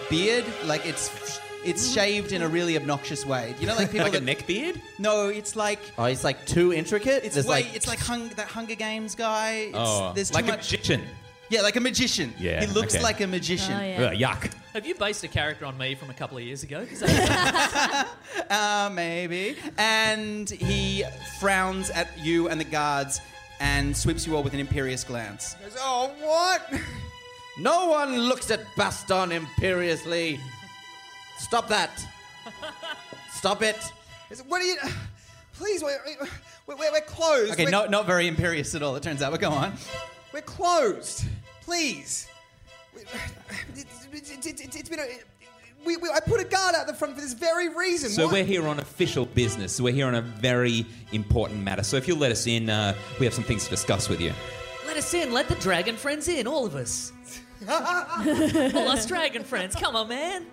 [SPEAKER 2] beard, like it's it's shaved in a really obnoxious way. You know, like people
[SPEAKER 4] Mm-hmm. [LAUGHS] Like a
[SPEAKER 2] that-
[SPEAKER 4] neck beard?
[SPEAKER 2] No, it's like
[SPEAKER 6] Oh, he's like too intricate.
[SPEAKER 2] it's
[SPEAKER 6] There's,
[SPEAKER 2] way, it's like hung, that Hunger Games guy. It's, there's too
[SPEAKER 4] Oh. like a
[SPEAKER 2] much,
[SPEAKER 4] magician.
[SPEAKER 2] yeah, like a magician.
[SPEAKER 4] Yeah,
[SPEAKER 2] he looks
[SPEAKER 4] okay.
[SPEAKER 2] like a magician.
[SPEAKER 5] Oh, yeah.
[SPEAKER 4] Ugh, yuck.
[SPEAKER 8] Have you based a character on me from a couple of years ago? 'Cause I- [LAUGHS]
[SPEAKER 2] Uh, maybe. And he frowns at you and the guards and sweeps you all with an imperious glance.
[SPEAKER 3] Oh, what?
[SPEAKER 6] [LAUGHS] No one looks at Baston imperiously. Stop that. Stop it.
[SPEAKER 3] Is- What are you? Please, we're, we're, we're, we're closed.
[SPEAKER 2] Okay,
[SPEAKER 3] we're,
[SPEAKER 2] not not very imperious at all. It turns out. But go on.
[SPEAKER 3] We're closed. Please. We- It's, it's- it's- it's been a, we, we, I put a guard out the front for this very reason.
[SPEAKER 4] So
[SPEAKER 3] What?
[SPEAKER 4] we're here on official business. We're here on a very important matter. So if you'll let us in, uh, we have some things to discuss with you.
[SPEAKER 8] let us in. Let the dragon friends in. All of us. all us dragon friends. Come on, man.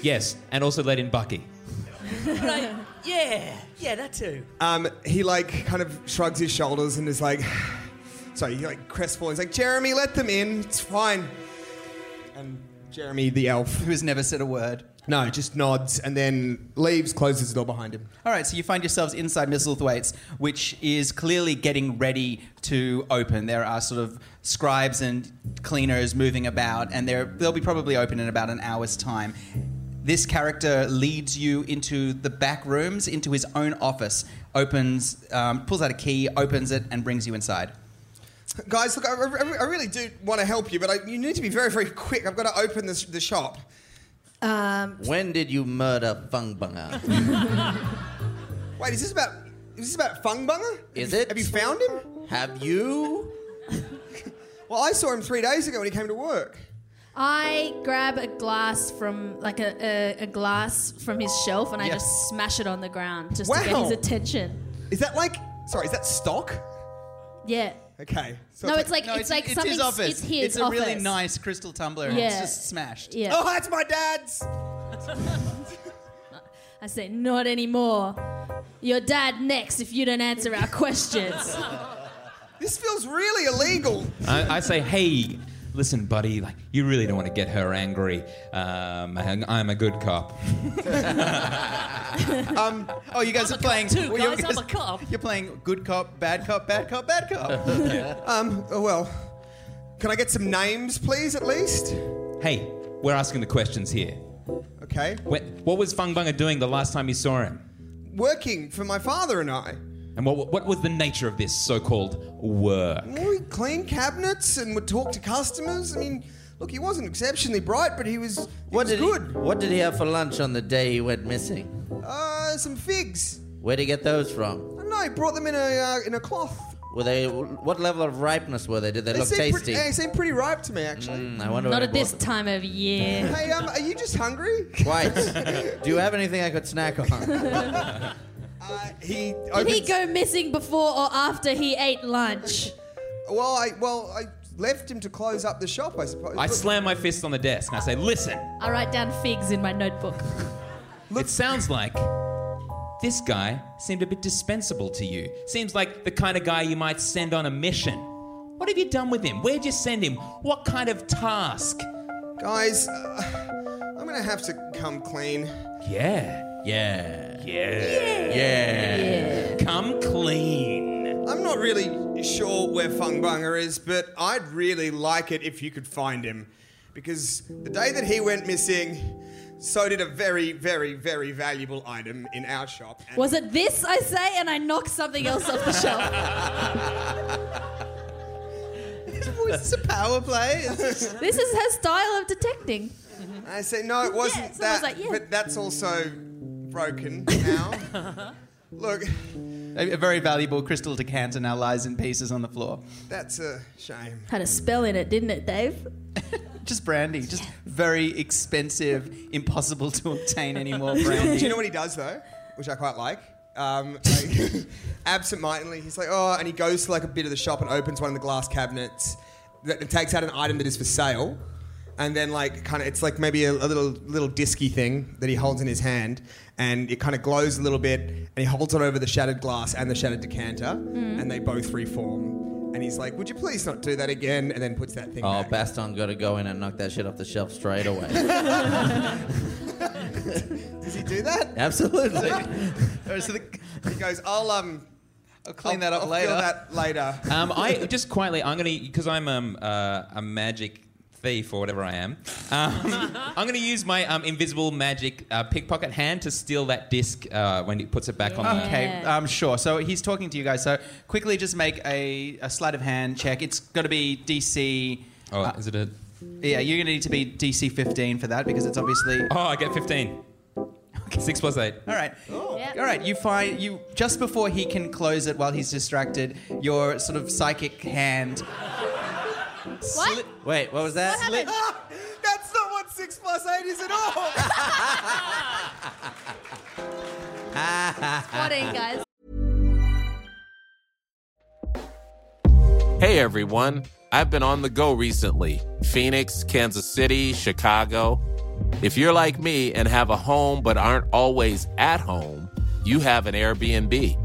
[SPEAKER 4] Yes, and also let in Bucky.
[SPEAKER 8] Right. Yeah. Yeah, that too.
[SPEAKER 3] Um, he like kind of shrugs his shoulders and is like, [SIGHS] sorry, he like crestfallen. He's like, Jeremy, let them in. It's fine. And Jeremy, the elf,
[SPEAKER 2] Who has never said a word.
[SPEAKER 3] no, just nods and then leaves, closes the door behind him. [LAUGHS]
[SPEAKER 2] All right, so you find yourselves inside Misselthwaite's, which is clearly getting ready to open. There are sort of scribes and cleaners moving about, and they're, they'll be probably open in about an hour's time. this character leads you into the back rooms, into his own office, opens, um, pulls out a key, opens it, and brings you inside.
[SPEAKER 3] Guys, look, I, I, I really do want to help you, but I, you need to be very, very quick. I've got to open this, the shop.
[SPEAKER 6] When did you murder Fung Bunger?
[SPEAKER 3] Wait, is this about is this about Fungbunger?
[SPEAKER 6] Is
[SPEAKER 3] Have you-
[SPEAKER 6] it?
[SPEAKER 3] Have you found him?
[SPEAKER 6] Have you?
[SPEAKER 3] Well, I saw him three days ago when he came to work.
[SPEAKER 5] I grab a glass from like a, a, a glass from his shelf and I
[SPEAKER 2] Yeah.
[SPEAKER 5] just smash it on the ground just to get
[SPEAKER 3] Wow.
[SPEAKER 5] his attention.
[SPEAKER 3] Is that like? Sorry, is that stock?
[SPEAKER 5] Yeah.
[SPEAKER 3] Okay. So
[SPEAKER 5] No,
[SPEAKER 3] it's
[SPEAKER 5] it's like
[SPEAKER 2] No,
[SPEAKER 5] it's, like something.
[SPEAKER 2] his office.
[SPEAKER 5] It's his
[SPEAKER 2] It's a really
[SPEAKER 5] office.
[SPEAKER 2] nice crystal tumbler, and it's
[SPEAKER 5] Yeah.
[SPEAKER 2] just smashed.
[SPEAKER 5] Yeah.
[SPEAKER 3] Oh, that's my dad's.
[SPEAKER 5] I say not anymore. Your dad next if you don't answer our [LAUGHS] questions.
[SPEAKER 3] This feels really illegal.
[SPEAKER 4] I, I say, hey, listen, buddy, like you really don't want to get her angry. Um, and I'm a good cop.
[SPEAKER 2] Um, oh, you guys are playing.
[SPEAKER 8] too,
[SPEAKER 2] you're-
[SPEAKER 8] guys. I'm a cop.
[SPEAKER 2] You're playing good cop, bad cop, bad cop, bad cop.
[SPEAKER 3] Um. Oh well. Can I get some names, please, at least?
[SPEAKER 4] Hey, we're asking the questions here.
[SPEAKER 3] Okay.
[SPEAKER 4] What, what was Fung Bunger doing the last time you saw him?
[SPEAKER 3] Working for my father and I.
[SPEAKER 4] And what, what was the nature of this so-called work?
[SPEAKER 3] Well, we cleaned cabinets and would talk to customers. I mean, look, he wasn't exceptionally bright, but he was, he
[SPEAKER 6] What
[SPEAKER 3] was
[SPEAKER 6] did
[SPEAKER 3] good.
[SPEAKER 6] He, what did he have for lunch on the day he went missing?
[SPEAKER 3] Uh, some figs.
[SPEAKER 6] Where'd he get those from?
[SPEAKER 3] I don't know. He brought them in a uh, in a cloth.
[SPEAKER 6] Were they? What level of ripeness were they? Did they,
[SPEAKER 3] They
[SPEAKER 6] look
[SPEAKER 3] seem
[SPEAKER 6] tasty?
[SPEAKER 3] Pretty, they seem pretty ripe to me, actually.
[SPEAKER 6] Mm, I wonder.
[SPEAKER 5] not
[SPEAKER 6] where
[SPEAKER 5] at
[SPEAKER 6] he
[SPEAKER 5] this
[SPEAKER 6] bought
[SPEAKER 5] time of year.
[SPEAKER 3] [LAUGHS] Hey, um, are you just
[SPEAKER 6] [LAUGHS]
[SPEAKER 3] hungry?
[SPEAKER 6] them. Quite. Do you have anything I could snack on?
[SPEAKER 3] Uh, he
[SPEAKER 5] Did he
[SPEAKER 3] opens-
[SPEAKER 5] go missing before or after he ate lunch?
[SPEAKER 3] Well, I well I left him to close up the shop, I suppose.
[SPEAKER 4] I
[SPEAKER 3] Look-
[SPEAKER 4] slam my fist on the desk and I say, listen,
[SPEAKER 5] I write down figs in my notebook.
[SPEAKER 4] it sounds like this guy seemed a bit dispensable to you. Seems like the kind of guy you might send on a mission. What have you done with him? Where'd you send him? What kind of task?
[SPEAKER 3] guys, uh, I'm gonna have to come clean.
[SPEAKER 4] Yeah. Yeah. Yeah. Yeah. Come clean.
[SPEAKER 3] I'm not really sure where Fung Bunger is, but I'd really like it if you could find him. Because the day that he went missing, so did a very, very, very valuable item in our shop. And
[SPEAKER 5] Was it this I say and I knock something else off the shelf?
[SPEAKER 3] [LAUGHS]
[SPEAKER 2] it's a power play.
[SPEAKER 5] This is her style of detecting.
[SPEAKER 3] I say, no, it wasn't
[SPEAKER 5] so I
[SPEAKER 3] that.
[SPEAKER 5] was like, yeah.
[SPEAKER 3] But that's also
[SPEAKER 5] [LAUGHS]
[SPEAKER 3] broken now. Look,
[SPEAKER 2] a, a very valuable crystal decanter now lies in pieces on the floor.
[SPEAKER 3] that's a shame.
[SPEAKER 5] Had a spell in it, didn't it, Dave?
[SPEAKER 2] Just brandy, just very expensive, impossible to
[SPEAKER 6] [LAUGHS]
[SPEAKER 2] obtain anymore
[SPEAKER 3] Do
[SPEAKER 2] [LAUGHS]
[SPEAKER 3] you
[SPEAKER 2] brandy.
[SPEAKER 3] know what he does though, which I quite like? Um, like [LAUGHS] absentmindedly, he's like, oh, and he goes to like a bit of the shop and opens one of the glass cabinets, that and takes out an item that is for sale, and then like kind of it's like maybe a, a little little disky thing that he holds in his hand, and it kind of glows a little bit, and he holds it over the shattered glass and the shattered decanter,
[SPEAKER 2] Mm.
[SPEAKER 3] and they both reform. And he's like, "Would you please not do that again?" And then puts that thing.
[SPEAKER 6] oh,
[SPEAKER 3] back.
[SPEAKER 6] Baston got to go in and knock that shit off the shelf straight
[SPEAKER 2] [LAUGHS]
[SPEAKER 6] away.
[SPEAKER 3] Does he do that?
[SPEAKER 6] Absolutely.
[SPEAKER 2] Or so the-
[SPEAKER 3] He goes, "I'll um,
[SPEAKER 2] I'll clean
[SPEAKER 3] I'll-
[SPEAKER 2] that up
[SPEAKER 3] I'll
[SPEAKER 2] later.
[SPEAKER 3] Feel that
[SPEAKER 2] [LAUGHS]
[SPEAKER 3] later.
[SPEAKER 4] Um, I just quietly. I'm gonna because I'm um, uh, a magic thief or whatever I am. Um, [LAUGHS] I'm gonna use my um, invisible magic uh, pickpocket hand to steal that disc uh, when he puts it back on the.
[SPEAKER 2] Okay,
[SPEAKER 5] Yeah.
[SPEAKER 2] um, sure. So he's talking to you guys. So quickly, just make a, a sleight of hand check. It's got to be DC.
[SPEAKER 4] Oh,
[SPEAKER 2] uh,
[SPEAKER 4] is it a?
[SPEAKER 2] yeah, you're going to need to be DC 15 for that because it's obviously.
[SPEAKER 4] Oh, I get 15. Six plus eight.
[SPEAKER 2] All right.
[SPEAKER 5] Yep.
[SPEAKER 2] All right. You find you just before he can close it while he's distracted. Your sort of
[SPEAKER 3] [LAUGHS]
[SPEAKER 2] psychic hand.
[SPEAKER 5] What?
[SPEAKER 2] sli-
[SPEAKER 6] Wait, what was
[SPEAKER 5] what
[SPEAKER 6] that?
[SPEAKER 5] happened?
[SPEAKER 3] That's not what six plus eight is at all.
[SPEAKER 5] What in, guys?
[SPEAKER 9] Hey everyone, I've been on the go recently Phoenix, Kansas City, Chicago. If you're like me and have a home but aren't always at home, you have an Airbnb.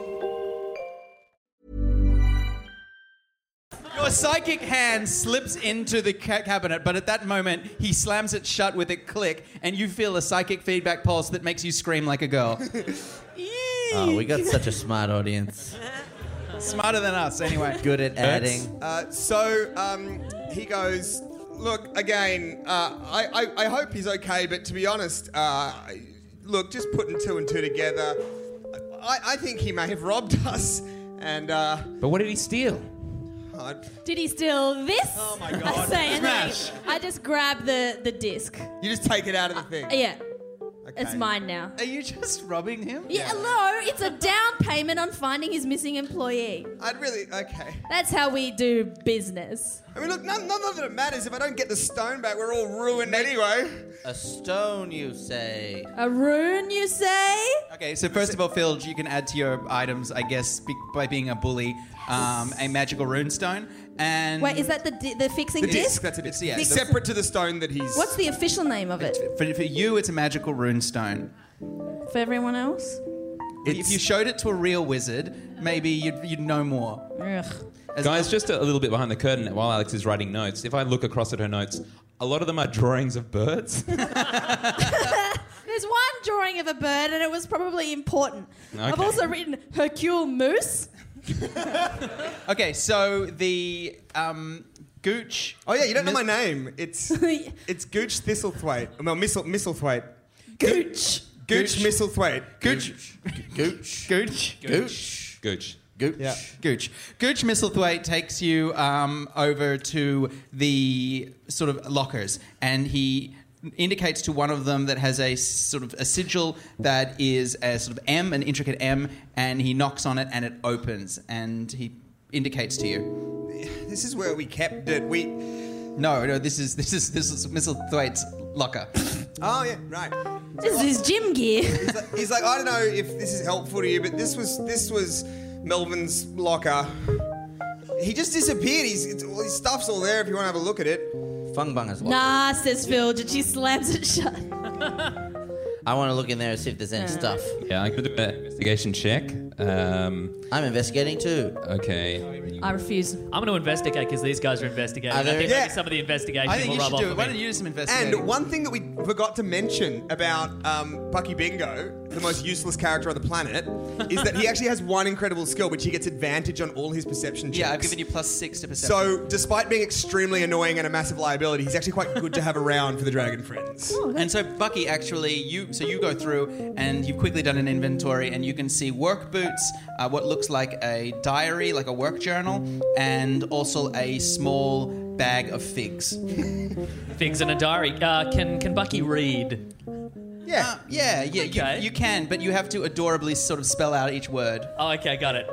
[SPEAKER 2] Your psychic hand slips into the ca- cabinet, but at that moment, he slams it shut with a click, and you feel a psychic feedback pulse that makes you scream like
[SPEAKER 3] [LAUGHS]
[SPEAKER 2] a girl.
[SPEAKER 6] Oh, we got such a smart audience.
[SPEAKER 2] Smarter than us, anyway.
[SPEAKER 6] [LAUGHS] Good at adding.
[SPEAKER 3] Uh, so um, he goes, Look, again, uh, I, I, I hope he's okay, but to be honest, uh, look, just putting two and two together, I, I think he may have robbed [LAUGHS] us. And, uh,
[SPEAKER 4] But what did he steal?
[SPEAKER 3] I-
[SPEAKER 5] Did he steal this?
[SPEAKER 3] Oh my
[SPEAKER 5] I
[SPEAKER 3] God.
[SPEAKER 5] say, and then I-
[SPEAKER 3] Smash.
[SPEAKER 5] I just grab the the disc.
[SPEAKER 3] you just take it out of the thing.
[SPEAKER 5] Yeah,
[SPEAKER 3] Okay.
[SPEAKER 5] it's mine now.
[SPEAKER 2] Are you just robbing him?
[SPEAKER 5] Yeah, hello. It's a down payment on finding his missing employee.
[SPEAKER 3] I'd really, okay.
[SPEAKER 5] That's how we do business.
[SPEAKER 3] I mean, look, none, none of it matters. If I don't get the stone back, we're all ruined anyway.
[SPEAKER 6] A stone, you say?
[SPEAKER 5] A rune, you say?
[SPEAKER 2] Okay, so first of all, Phil, you can add to your items, I guess, be- by being a bully, um, a magical runestone, and
[SPEAKER 5] Wait, is that the di- the fixing
[SPEAKER 2] the
[SPEAKER 5] disc?
[SPEAKER 2] That's a disc. Yeah.
[SPEAKER 5] Disc.
[SPEAKER 2] the-
[SPEAKER 3] Separate to the stone that he's.
[SPEAKER 5] What's the official name of it
[SPEAKER 2] for, for you, it's a magical runestone.
[SPEAKER 5] for everyone else?
[SPEAKER 2] If you showed it to a real wizard, maybe you'd, you'd know more.
[SPEAKER 5] Ugh.
[SPEAKER 2] As-
[SPEAKER 4] Guys, just a, a little bit behind the curtain while Alex is writing notes. If I look across at her notes, a lot of them are drawings of birds. [LAUGHS]
[SPEAKER 5] There's one drawing of a bird, and it was probably important. I've
[SPEAKER 4] Okay.
[SPEAKER 5] also written Hercule [LAUGHS] Moose.
[SPEAKER 2] Okay, so the um, Gooch.
[SPEAKER 3] Oh yeah, you don't know my
[SPEAKER 2] Mis-
[SPEAKER 3] name. It's it's Gooch Thistlethwaite. Well, Missel Misselthwaite.
[SPEAKER 5] Gooch.
[SPEAKER 3] Gooch,
[SPEAKER 2] Gooch.
[SPEAKER 3] Misselthwaite.
[SPEAKER 2] Gooch. Gooch. Gooch. Gooch.
[SPEAKER 4] Gooch.
[SPEAKER 6] Gooch.
[SPEAKER 2] Gooch. Gooch Misselthwaite takes you um, over to the sort of lockers, and he indicates to one of them that has a sort of a sigil that is a sort of M, an intricate M, and he knocks on it and it opens, and he indicates to you.
[SPEAKER 3] This is where we kept it. We.
[SPEAKER 2] No, no, this is this is this is Misselthwaite's locker.
[SPEAKER 3] Oh yeah, right.
[SPEAKER 5] This is
[SPEAKER 3] [LAUGHS]
[SPEAKER 5] gym gear.
[SPEAKER 3] He's like, he's like, I don't know if this is helpful to you, but this was this was Melvin's locker. He just disappeared. He's it's, all his stuff's all there. If you want to have a look at it.
[SPEAKER 6] Fung Bung is locked.
[SPEAKER 5] nah, says Phil, and she slams it shut.
[SPEAKER 6] I want to look in there and see if there's any stuff.
[SPEAKER 4] Yeah, I'm going to do an investigation check. Um,
[SPEAKER 6] I'm investigating too.
[SPEAKER 4] okay.
[SPEAKER 5] I refuse.
[SPEAKER 8] I'm going to investigate because these guys are investigating.
[SPEAKER 6] Are
[SPEAKER 8] I
[SPEAKER 6] there-
[SPEAKER 8] think
[SPEAKER 3] Yeah.
[SPEAKER 8] maybe some of the investigation
[SPEAKER 2] I think
[SPEAKER 8] will
[SPEAKER 2] you
[SPEAKER 8] rub
[SPEAKER 2] should
[SPEAKER 8] off
[SPEAKER 2] do it.
[SPEAKER 8] on
[SPEAKER 2] Why
[SPEAKER 8] me.
[SPEAKER 2] don't you do some investigating?
[SPEAKER 3] And one thing that we forgot to mention about um, Bucky Bingo, the most useless character on the planet, is
[SPEAKER 2] [LAUGHS]
[SPEAKER 3] that he actually has one incredible skill, which he gets advantage on all his perception checks.
[SPEAKER 2] yeah, I've given you plus six to perception.
[SPEAKER 3] So, despite being extremely annoying and a massive liability, he's actually quite good to have around for the dragon friends.
[SPEAKER 2] And so Bucky actually, you so you go through and you've quickly done an inventory, and you can see work boots, uh, what looks like a diary, like a work journal, and also a small bag of figs.
[SPEAKER 8] Figs in a diary. Uh, can can Bucky read?
[SPEAKER 2] Yeah, Uh, yeah, yeah.
[SPEAKER 8] Okay.
[SPEAKER 2] You, you can, but you have to adorably sort of spell out each word.
[SPEAKER 8] Oh, okay, got it.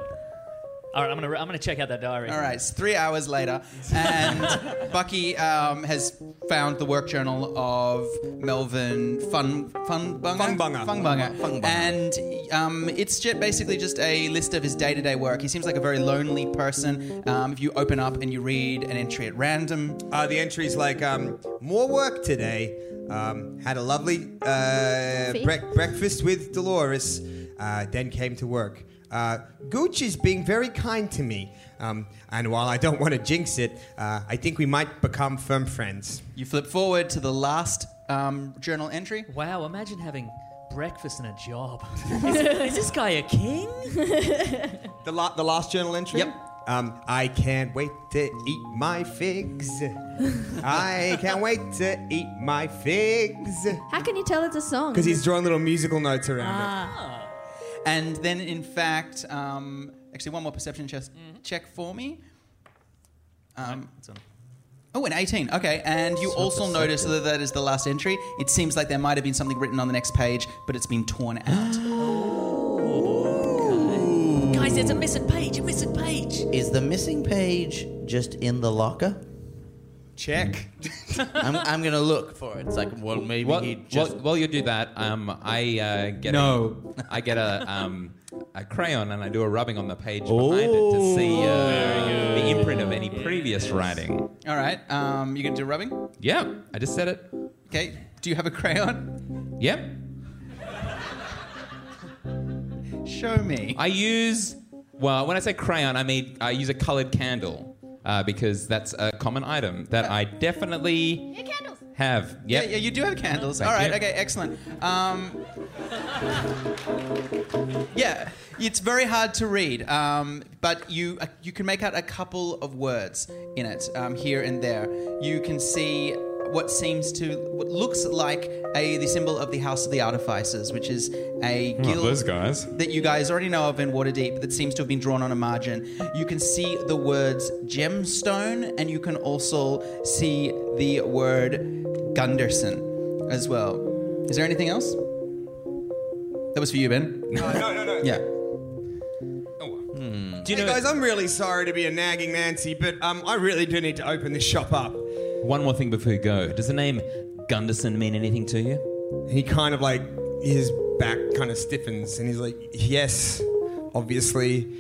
[SPEAKER 8] All right, I'm gonna re- I'm gonna check out that diary.
[SPEAKER 2] All right, it's three hours later, and Bucky um, has found the work journal of Melvin Fun Funbunger.
[SPEAKER 3] Funbunger.
[SPEAKER 2] Funbunger.
[SPEAKER 6] Funbunger.
[SPEAKER 2] And um, it's ju- basically just a list of his day-to-day work. He seems like a very lonely person. Um, if you open up and you read an entry at random,
[SPEAKER 3] Uh, the entries like um, more work today. Um, had a lovely uh, brec- breakfast with Dolores. Uh, then came to work. Uh, Gooch is being very kind to me, um, and while I don't want to jinx it, uh, I think we might become firm friends.
[SPEAKER 2] you flip forward to the last um, journal entry.
[SPEAKER 8] Wow, imagine having breakfast and a
[SPEAKER 2] [LAUGHS]
[SPEAKER 8] job. is, is this guy a king?
[SPEAKER 3] The, la- the last journal entry.
[SPEAKER 2] Yep.
[SPEAKER 3] Um, I can't wait to eat my figs. I can't wait to eat my figs.
[SPEAKER 5] How can you tell it's a song?
[SPEAKER 3] Because he's drawing little musical notes around it.
[SPEAKER 2] And then, in fact, um, actually, one more perception chest check for me. Um, oh, an 18. Okay. And you also notice that that is the last entry. It seems like there might have been something written on the next page, but it's been torn out.
[SPEAKER 8] Guys, there's a missing page. A missing page.
[SPEAKER 6] Is the missing page just in the locker?
[SPEAKER 3] Check.
[SPEAKER 6] I'm, I'm gonna look for it. It's like, well, maybe
[SPEAKER 4] While,
[SPEAKER 6] he just.
[SPEAKER 4] while, while you do that, um, I uh, get no. A, I get a um, a crayon and I do a rubbing on the page behind it to see uh, the imprint of any previous writing.
[SPEAKER 2] All right. Um, you going to do rubbing?
[SPEAKER 4] Yep, I just said it.
[SPEAKER 2] Okay. Do you have a crayon?
[SPEAKER 4] Yep,
[SPEAKER 2] Show me.
[SPEAKER 4] I use well when I say crayon, I mean I use a colored candle. uh, because that's a common item that I definitely
[SPEAKER 5] Your candles.
[SPEAKER 4] have.
[SPEAKER 2] Yeah,
[SPEAKER 4] Yep.
[SPEAKER 2] yeah, you do have candles.
[SPEAKER 4] Thank
[SPEAKER 2] All right,
[SPEAKER 4] you.
[SPEAKER 2] okay, excellent. Um, yeah, it's very hard to read, um, but you uh, you can make out a couple of words in it um, here and there. You can see what seems to what looks like a the symbol of the House of the Artificers, which is a
[SPEAKER 4] Hmm,
[SPEAKER 2] guild
[SPEAKER 4] guys.
[SPEAKER 2] that you guys already know of in Waterdeep that seems to have been drawn on a margin. You can see the words gemstone, and you can also see the word Gunderson as well. Is there anything else? That was for you, Ben.
[SPEAKER 3] Uh, no, no, no.
[SPEAKER 2] Yeah.
[SPEAKER 4] Do you
[SPEAKER 3] Hey
[SPEAKER 4] know
[SPEAKER 3] guys, I'm really sorry to be a nagging Nancy, but um, I really do need to open this shop up.
[SPEAKER 4] one more thing before you go? Does the name Gunderson mean anything to you?
[SPEAKER 3] He kind of like his back kind of stiffens, and he's like, "Yes, obviously,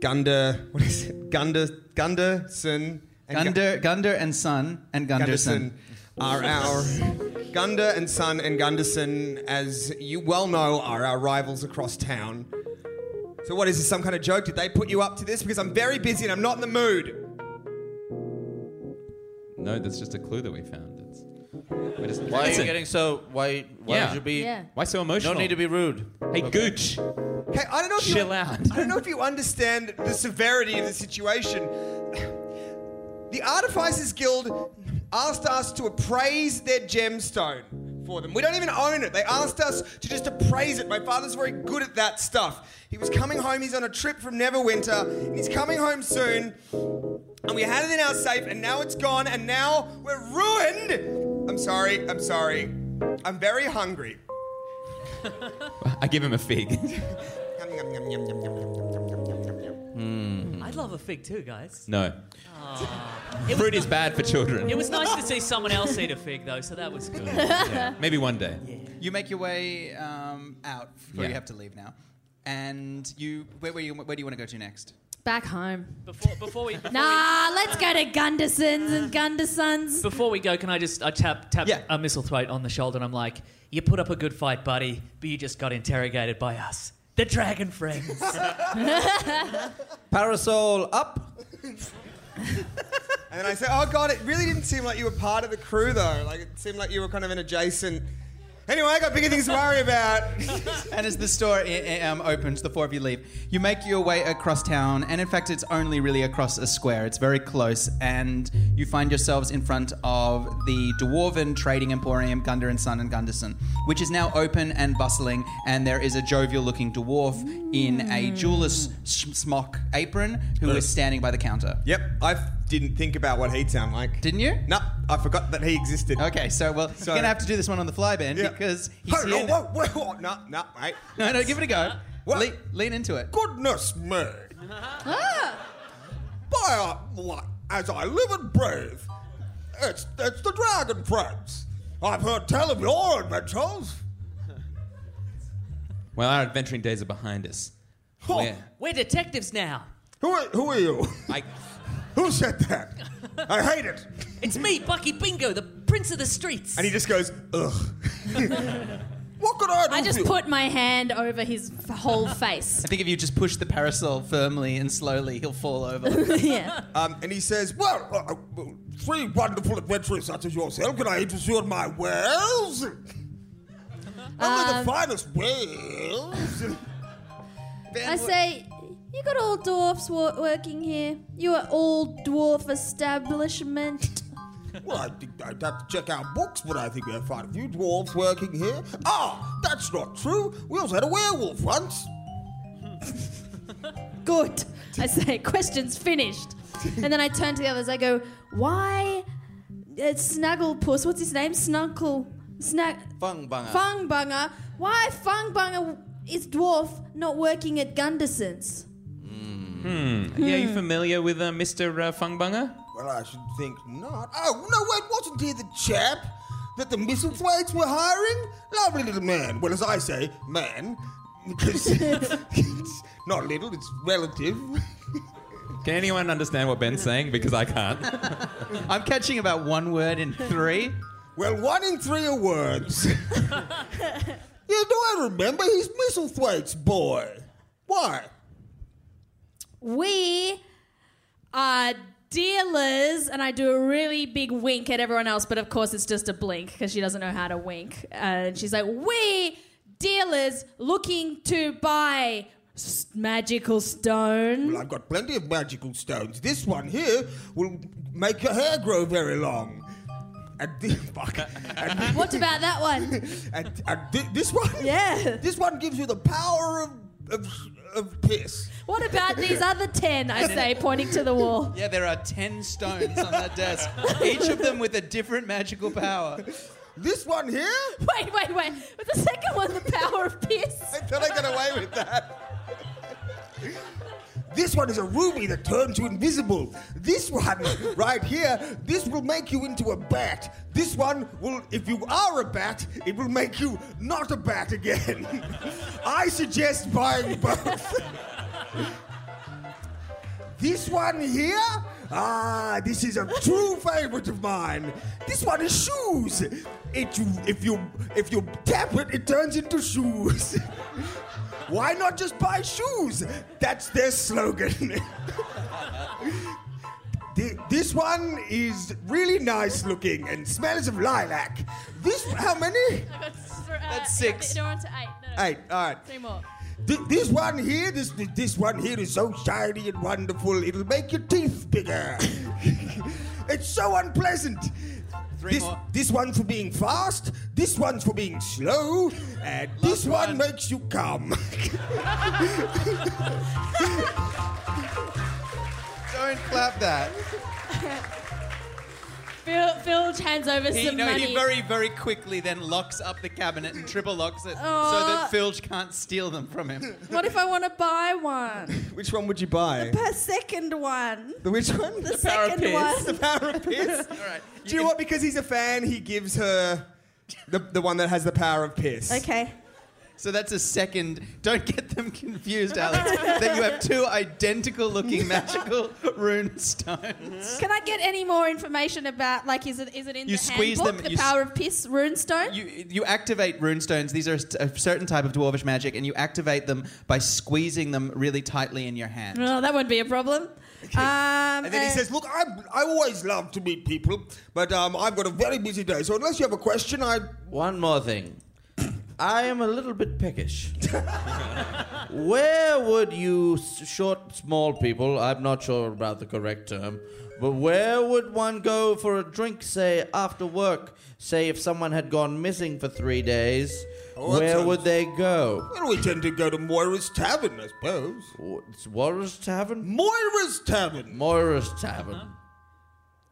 [SPEAKER 3] Gunder. What is it? Gunder, Gunderson, and Gu-
[SPEAKER 2] Gunder, Gunder and Son and Gunderson.
[SPEAKER 3] Gunderson are our Gunder and Son and Gunderson, as you well know, are our rivals across town. So what is this? Some kind of joke? Did they put you up to this? Because I'm very busy and I'm not in the mood.
[SPEAKER 4] No, that's just a clue that we found. It's, we're just,
[SPEAKER 6] Why are you
[SPEAKER 4] Listen,
[SPEAKER 6] getting so? Why? Why
[SPEAKER 4] Yeah.
[SPEAKER 6] would you be?
[SPEAKER 5] Yeah.
[SPEAKER 4] Why so
[SPEAKER 6] No
[SPEAKER 4] emotional?
[SPEAKER 6] need to be rude.
[SPEAKER 4] Hey, Gooch,
[SPEAKER 3] Hey, I don't know if
[SPEAKER 4] chill
[SPEAKER 3] you
[SPEAKER 4] out.
[SPEAKER 3] I don't know if you understand the severity of the situation. The Artificers Guild asked us to appraise their gemstone for them. We don't even own it. They asked us to just appraise it. My father's very good at that stuff. He was coming home, he's on a trip from Neverwinter, and he's coming home soon. And we had it in our safe, and now it's gone, and now we're ruined. I'm sorry, I'm sorry. I'm very hungry.
[SPEAKER 4] I give him a fig. [LAUGHS]
[SPEAKER 3] Yum, yum, yum, yum, yum, yum, yum, yum, yum, yum, yum, yum.
[SPEAKER 2] Hmm.
[SPEAKER 8] I'd love a fig too, guys.
[SPEAKER 4] No.
[SPEAKER 8] It
[SPEAKER 4] Fruit
[SPEAKER 8] was,
[SPEAKER 4] is bad for children.
[SPEAKER 8] it was nice to see someone else eat a fig, though, so that was good.
[SPEAKER 2] [LAUGHS]
[SPEAKER 4] Maybe one day.
[SPEAKER 2] You make your way um, out before
[SPEAKER 4] Yeah.
[SPEAKER 2] you have to leave now. And you, where, where, you, where do you want to go to next?
[SPEAKER 5] Back home.
[SPEAKER 8] Before, before we. Before
[SPEAKER 5] Nah, let's go to Gundersons and Gundersons.
[SPEAKER 8] Before we go, can I just I tap tap
[SPEAKER 2] Yeah.
[SPEAKER 8] a misselthwaite on the shoulder and I'm like, you put up a good fight, buddy, but you just got interrogated by us, the dragon friends.
[SPEAKER 6] Parasol up.
[SPEAKER 3] And then I said, "Oh God, it really didn't seem like you were part of the crew, though. Like it seemed like you were kind of an adjacent." Anyway, I got bigger things to worry about.
[SPEAKER 2] And as the store i- i- um, opens, the four of you leave. You make your way across town, and in fact, it's only really across a square. It's very close, and you find yourselves in front of the Dwarven Trading Emporium, Gunder and Son and Gunderson, which is now open and bustling. And there is a jovial-looking dwarf in a jeweler's sh- smock apron who is standing by the counter.
[SPEAKER 3] [LAUGHS] yep, I f- didn't think about what he'd sound like.
[SPEAKER 2] Didn't you?
[SPEAKER 3] No, I forgot that he existed.
[SPEAKER 2] Okay, so well, you're
[SPEAKER 3] Sorry.
[SPEAKER 2] gonna have to do this one on the fly, Ben,
[SPEAKER 3] Yeah.
[SPEAKER 2] because he's
[SPEAKER 3] Hold
[SPEAKER 2] here.
[SPEAKER 3] on, whoa, whoa, whoa. No, no, mate.
[SPEAKER 2] No, no, give it a go.
[SPEAKER 3] What?
[SPEAKER 2] Le- lean into it.
[SPEAKER 3] Goodness me!
[SPEAKER 5] Ah,
[SPEAKER 3] By what? As I live and breathe, it's it's the dragon friends. I've heard tell of your adventures.
[SPEAKER 4] Well, our adventuring days are behind us.
[SPEAKER 3] Huh.
[SPEAKER 4] Where?
[SPEAKER 8] We're detectives now.
[SPEAKER 3] Who are, who are you?
[SPEAKER 4] I,
[SPEAKER 3] [LAUGHS] Who said that? I hate it.
[SPEAKER 8] It's me, Bucky Bingo, the prince of the streets.
[SPEAKER 3] And he just goes, ugh. [LAUGHS] what could I do?
[SPEAKER 5] I
[SPEAKER 3] for
[SPEAKER 5] just
[SPEAKER 3] you?
[SPEAKER 5] put my hand over his f- [LAUGHS] whole face.
[SPEAKER 2] I think if you just push the parasol firmly and slowly, he'll
[SPEAKER 5] [LAUGHS]
[SPEAKER 2] fall over.
[SPEAKER 5] yeah.
[SPEAKER 3] Um, and he says, well, uh, uh, well, three wonderful adventurers such as yourself, can I interest you in my wares?
[SPEAKER 5] Uh-huh.
[SPEAKER 3] Only the
[SPEAKER 5] Um,
[SPEAKER 3] finest wares. [LAUGHS]
[SPEAKER 5] I say, you got all dwarfs wo- working here. You are all dwarf establishment.
[SPEAKER 3] well, I think I'd have to check our books, but I think we have quite a few dwarves working here. Ah, that's not true. We also had a werewolf once.
[SPEAKER 5] Good. I say, questions finished. And then I turn to the others. I go, why? It's Snagglepuss. What's his name? Snunkle. Snag.
[SPEAKER 6] Fung banger.
[SPEAKER 5] Fungbunger. Why Fungbunger is dwarf not working at Gunderson's?
[SPEAKER 4] yeah,
[SPEAKER 6] Hmm.
[SPEAKER 4] you familiar with uh, Mr. Uh, Fungbunger?
[SPEAKER 3] Well, I should think not. Oh, no, wait, wasn't he the chap that the Misselthwaites were hiring? Lovely little man. Well, as I say, man, because [LAUGHS] it's not little, it's relative.
[SPEAKER 4] Can anyone understand what Ben's saying? Because I can't.
[SPEAKER 2] I'm catching about one word in three.
[SPEAKER 3] Well, one in three are words. [LAUGHS] yeah, do I remember? He's Misselthwaite's boy. Why?
[SPEAKER 5] We are dealers, and I do a really big wink at everyone else, but of course it's just a blink because she doesn't know how to wink. and she's like, We dealers looking to buy s- magical stone.
[SPEAKER 10] I've got plenty of magical stones. This one here will make your hair grow very long.
[SPEAKER 3] [LAUGHS]
[SPEAKER 10] And thi- fuck. And, thi-
[SPEAKER 5] What about that one?
[SPEAKER 10] [LAUGHS] and, and thi- this one?
[SPEAKER 5] Yeah.
[SPEAKER 10] This one gives you the power of of, of piss.
[SPEAKER 5] What about these other 10? I say, pointing to the wall. [LAUGHS]
[SPEAKER 2] Yeah, there are 10 stones on that desk, each of them with a different magical power.
[SPEAKER 10] This one here?
[SPEAKER 5] Wait, wait, wait. But the second one, the power of piss.
[SPEAKER 10] I thought I got away with that. This one is a ruby that turns you invisible. This one right here, this will make you into a bat. This one will, if you are a bat, it will make you not a bat again. [LAUGHS] I suggest buying both. [LAUGHS] This one here? Ah, this is a true favorite of mine. This one is shoes. It, if you if you tap it, it turns into shoes. [LAUGHS] Why not just buy shoes? That's their slogan. Th- This one is really nice looking and smells of lilac. This, how many?
[SPEAKER 5] [LAUGHS] That's uh,
[SPEAKER 2] six.
[SPEAKER 5] No, on to eight. No, no.
[SPEAKER 10] Eight, all right.
[SPEAKER 5] Three more.
[SPEAKER 10] Th- this one here, this this one here is so shiny and wonderful. It'll make your teeth bigger. [LAUGHS] it's so unpleasant.
[SPEAKER 2] Three
[SPEAKER 10] this,
[SPEAKER 2] more.
[SPEAKER 10] this one's for being fast. This one's for being slow. And this one,
[SPEAKER 2] one.
[SPEAKER 10] makes you come. [LAUGHS]
[SPEAKER 2] Don't clap that.
[SPEAKER 5] Phil, Phil hands over
[SPEAKER 2] He,
[SPEAKER 5] some
[SPEAKER 2] no,
[SPEAKER 5] money.
[SPEAKER 2] he very, very quickly then locks up the cabinet and triple locks it so
[SPEAKER 5] Aw.
[SPEAKER 2] that Filge can't steal them from him.
[SPEAKER 5] What if I want to buy [LAUGHS] one?
[SPEAKER 10] Which one would you buy?
[SPEAKER 5] A second one.
[SPEAKER 10] The which one? The,
[SPEAKER 5] second
[SPEAKER 10] the
[SPEAKER 5] one.
[SPEAKER 10] power of piss.
[SPEAKER 2] All right.
[SPEAKER 10] Do you know what? Because he's a fan, he gives her the, the one that has the power of piss.
[SPEAKER 5] Okay.
[SPEAKER 2] So that's a second. Don't get them confused, Alex, that you have two identical
[SPEAKER 5] [LAUGHS]
[SPEAKER 2] looking magical rune stones.
[SPEAKER 5] Can I get any more information about like is it is it in
[SPEAKER 2] You
[SPEAKER 5] the
[SPEAKER 2] squeeze
[SPEAKER 5] handbook,
[SPEAKER 2] them-
[SPEAKER 5] the
[SPEAKER 2] you s-
[SPEAKER 5] power of piss runestone?
[SPEAKER 2] You, you activate rune stones. These are a certain type of dwarvish magic, and you activate them by squeezing them really tightly in your hand.
[SPEAKER 5] oh, that won't be a problem. Um,
[SPEAKER 10] And then he
[SPEAKER 5] uh,
[SPEAKER 10] says, "Look, I I always love to meet people, but um, I've got a very busy day. So unless you have a question, I
[SPEAKER 6] One more thing. I am a little bit peckish. where would you, s- short, small people, I'm not sure about the correct term, but where would one go for a drink, say, after work? Say, if someone had gone missing for three days,
[SPEAKER 10] Oh, that
[SPEAKER 6] where
[SPEAKER 10] sounds-
[SPEAKER 6] would they go?
[SPEAKER 10] well, we tend to go to Moira's Tavern, I suppose.
[SPEAKER 6] Wa- It's Warrior's Tavern?
[SPEAKER 10] Moira's Tavern.
[SPEAKER 6] Moira's Tavern.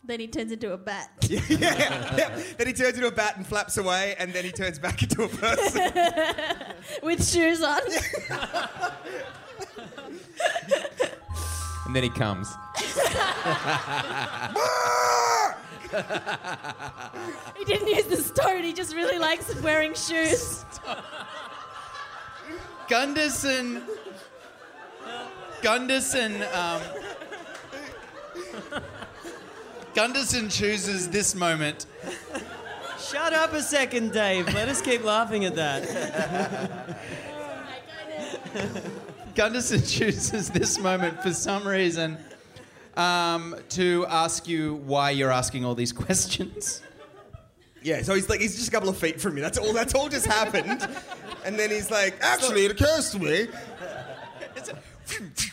[SPEAKER 5] then he turns into a
[SPEAKER 2] [LAUGHS]
[SPEAKER 5] bat.
[SPEAKER 10] [LAUGHS] yeah, yeah. Then he turns into a bat and flaps away, and then he turns back into a person.
[SPEAKER 5] With shoes on.
[SPEAKER 4] And then he comes.
[SPEAKER 5] he didn't use the stone, he just really likes wearing shoes.
[SPEAKER 2] Gunderson. Gunderson. Um, Gunderson chooses this moment.
[SPEAKER 1] Shut up a second, Dave. Let us keep laughing at that.
[SPEAKER 2] Gunderson [LAUGHS] chooses this moment for some reason um, to ask you why you're asking all these [LAUGHS] questions.
[SPEAKER 10] yeah. So he's like, he's just a couple of feet from me. That's all. That's all just [LAUGHS] happened. And then he's like, actually, it occurs to me. [LAUGHS]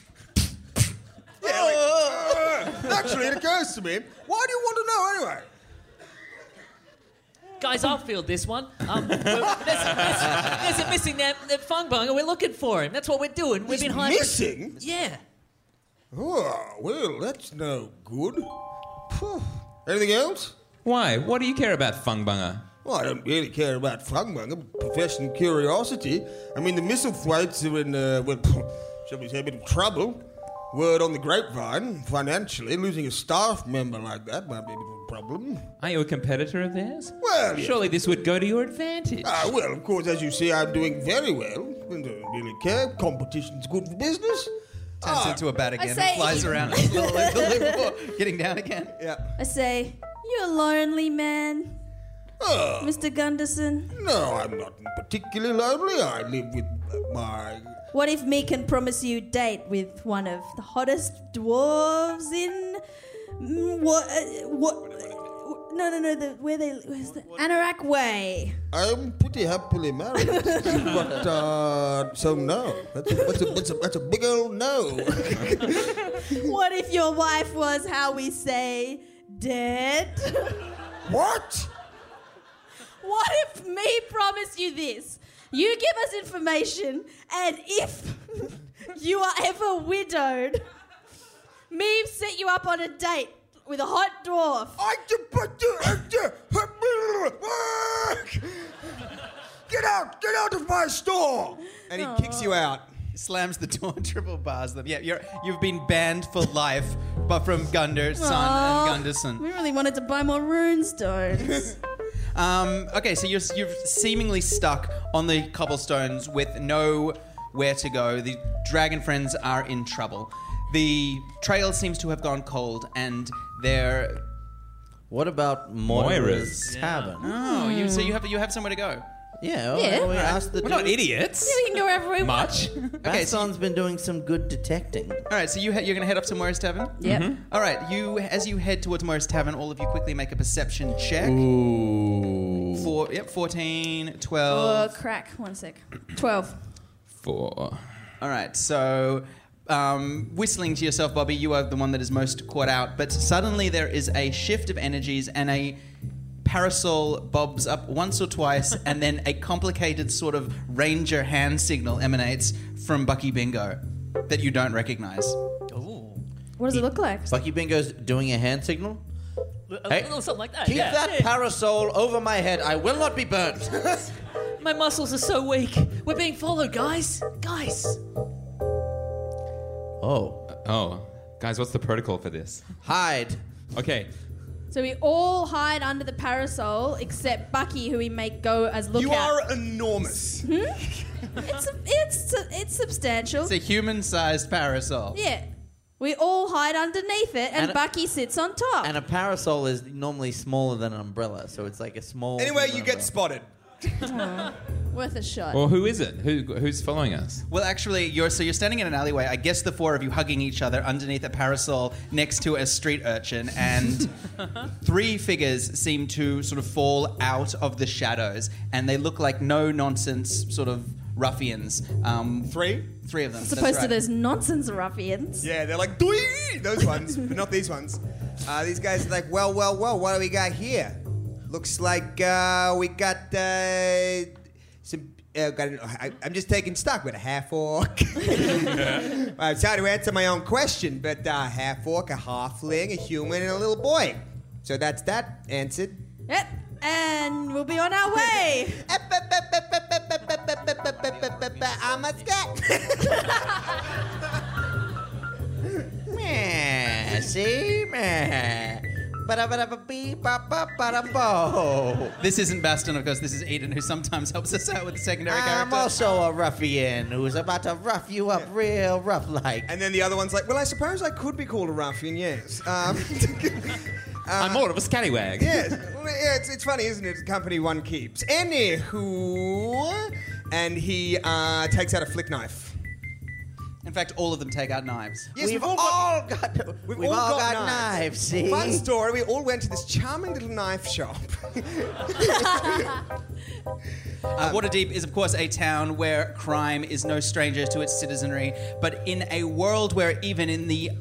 [SPEAKER 10] Yeah, like, "Uh, actually, it occurs to me. Why do you want to know anyway?
[SPEAKER 8] Guys, I'll field this one. Um, we're- there's, there's- there's a missing that, that fung bung, and we're looking for him. That's what we're doing. We've been
[SPEAKER 10] He's
[SPEAKER 8] hiring.
[SPEAKER 10] missing.
[SPEAKER 8] Yeah.
[SPEAKER 10] Oh, well, that's no good. Phew. Anything else?
[SPEAKER 4] Why? What do you care about Fungbunga?
[SPEAKER 10] Well, I don't really care about Fangman. I'm a professional curiosity. I mean, the Misselthwaites are in, uh, well, [LAUGHS] shall we say, a bit of trouble. Word on the grapevine, financially, losing a staff member like that might be a bit of a problem.
[SPEAKER 4] Are you a competitor of theirs?
[SPEAKER 10] Well, yes.
[SPEAKER 4] surely this would go to your advantage.
[SPEAKER 10] Ah, well, of course, as you see, I'm doing very well. I don't really care. Competition's good for business. Ah,
[SPEAKER 2] Turns into a bat again
[SPEAKER 5] say-
[SPEAKER 2] and flies around a little, little, little before getting down again.
[SPEAKER 5] I say, You're lonely man,
[SPEAKER 10] Oh,
[SPEAKER 5] Mr. Gunderson.
[SPEAKER 10] no, I'm not particularly lonely. I live with my
[SPEAKER 5] What if me can promise you date with one of the hottest dwarves in
[SPEAKER 11] Mm, What? Uh, what? No, no, no. The, where they? Where's the Anorak Way?
[SPEAKER 10] I'm pretty happily married, but uh, so no. That's a, that's, a, that's, a, that's a big old no.
[SPEAKER 11] what if your wife was how we say dead? [LAUGHS]
[SPEAKER 10] What?
[SPEAKER 11] What if me promise you this? You give us information, and if [LAUGHS] you are ever widowed, [LAUGHS] me set you up on a date with a hot dwarf.
[SPEAKER 10] I just put you
[SPEAKER 3] Get out! Get out of my store! And he kicks you out.
[SPEAKER 2] Slams the door, [LAUGHS] triple bars them. Yeah, you're, you've been banned for life, but from Gunder, Son, uh,
[SPEAKER 11] Aw,
[SPEAKER 2] and Gunderson.
[SPEAKER 11] We really wanted to buy more runestones.
[SPEAKER 2] Um, okay, so you're, you're seemingly stuck on the cobblestones with nowhere to go. The dragon friends are in trouble. The trail seems to have gone cold, and they're.
[SPEAKER 6] What about Moira's tavern?
[SPEAKER 2] Oh, you, so you have you have somewhere to go.
[SPEAKER 6] Yeah, well,
[SPEAKER 5] Yeah.
[SPEAKER 6] we asked the
[SPEAKER 2] We're not
[SPEAKER 6] dude-
[SPEAKER 2] idiots.
[SPEAKER 5] we can go wherever we want. [LAUGHS]
[SPEAKER 4] Much.
[SPEAKER 2] Okay, so
[SPEAKER 6] Mason's been doing some good detecting.
[SPEAKER 2] All right, so you he- you're gonna head up to Morris Tavern.
[SPEAKER 5] Yep.
[SPEAKER 2] All right, you as you head towards Morris Tavern, all of you quickly make a perception check.
[SPEAKER 4] Ooh.
[SPEAKER 2] Four, yep, 14,
[SPEAKER 5] Oh,
[SPEAKER 2] 12.
[SPEAKER 5] crack. One sec. Twelve.
[SPEAKER 4] Four.
[SPEAKER 2] All right, so um, whistling to yourself, Bobby, you are the one that is most caught out. But suddenly there is a shift of energies and a parasol bobs up once or twice, and then a complicated sort of ranger hand signal emanates from Bucky Bingo that you don't recognize.
[SPEAKER 5] What does it look like?
[SPEAKER 6] Bucky Bingo's doing a hand signal.
[SPEAKER 8] A
[SPEAKER 6] Hey.
[SPEAKER 8] little something like that.
[SPEAKER 6] Keep
[SPEAKER 8] yeah.
[SPEAKER 6] that parasol over my head. I will not be burnt.
[SPEAKER 8] My muscles are so weak. We're being followed, guys. Guys.
[SPEAKER 6] oh,
[SPEAKER 4] Oh, guys, what's the protocol for this?
[SPEAKER 6] [LAUGHS] hide.
[SPEAKER 4] Okay.
[SPEAKER 5] So we all hide under the parasol except Bucky, who we make go as lookout.
[SPEAKER 3] You are enormous.
[SPEAKER 5] It's it's it's substantial.
[SPEAKER 2] It's a human sized parasol.
[SPEAKER 5] Yeah. We all hide underneath it, and,
[SPEAKER 6] And a-
[SPEAKER 5] Bucky sits on top.
[SPEAKER 6] And a parasol is normally smaller than an umbrella, so it's like a small.
[SPEAKER 3] Anyway, you
[SPEAKER 6] human
[SPEAKER 3] get
[SPEAKER 6] umbrella.
[SPEAKER 3] spotted.
[SPEAKER 5] Worth a shot.
[SPEAKER 4] Well, who is it? Who who's following us?
[SPEAKER 2] Well, actually, you're so you're standing in an alleyway. I guess the four of you hugging each other underneath a parasol next to a street urchin, and three figures seem to sort of fall out of the shadows, and they look like no nonsense sort of ruffians. Um,
[SPEAKER 3] Three?
[SPEAKER 2] three of them.
[SPEAKER 5] As opposed
[SPEAKER 2] that's
[SPEAKER 5] to
[SPEAKER 2] right.
[SPEAKER 5] those nonsense ruffians.
[SPEAKER 3] Yeah, they're like, Dwee! those ones, but not these ones.
[SPEAKER 10] Uh, these guys are like, well, well, well, what do we got here? Looks like uh, we got uh, some. Uh, got an, I, I'm just taking stock with a half orc.
[SPEAKER 3] Uh,
[SPEAKER 10] I'm trying to answer my own question, but uh, half orc, a halfling, a human, and a little boy. So that's that answered.
[SPEAKER 5] Yep. And we'll be on our way.
[SPEAKER 10] I'm a scat.
[SPEAKER 6] Meh, see, meh. Ba-da-ba-da-ba-bee-ba-ba-ba-da-bo.
[SPEAKER 2] This isn't Baston, of course. This is Eden, who sometimes [LAUGHS] helps us out with the secondary
[SPEAKER 6] I'm
[SPEAKER 5] Ah,
[SPEAKER 2] character.
[SPEAKER 6] also a ruffian who's about to rough you up real rough like.
[SPEAKER 3] and then the other one's like, well, I suppose I could be called a ruffian, yes. Um,
[SPEAKER 10] [LAUGHS]
[SPEAKER 4] I'm more of a scallywag.
[SPEAKER 3] yes. Well, yeah, it's, it's funny, isn't it? It's a company one keeps. Anywho. And he uh, takes out a flick knife.
[SPEAKER 2] In fact, all of them take out knives.
[SPEAKER 3] Yes,
[SPEAKER 6] we've, all, got, we've, all, got, knives. see?
[SPEAKER 3] Fun story. We all went to this charming little knife
[SPEAKER 6] [LAUGHS]
[SPEAKER 3] shop.
[SPEAKER 2] Uh, Waterdeep is, of course, a town where crime is no stranger to its citizenry, but in a world where even in the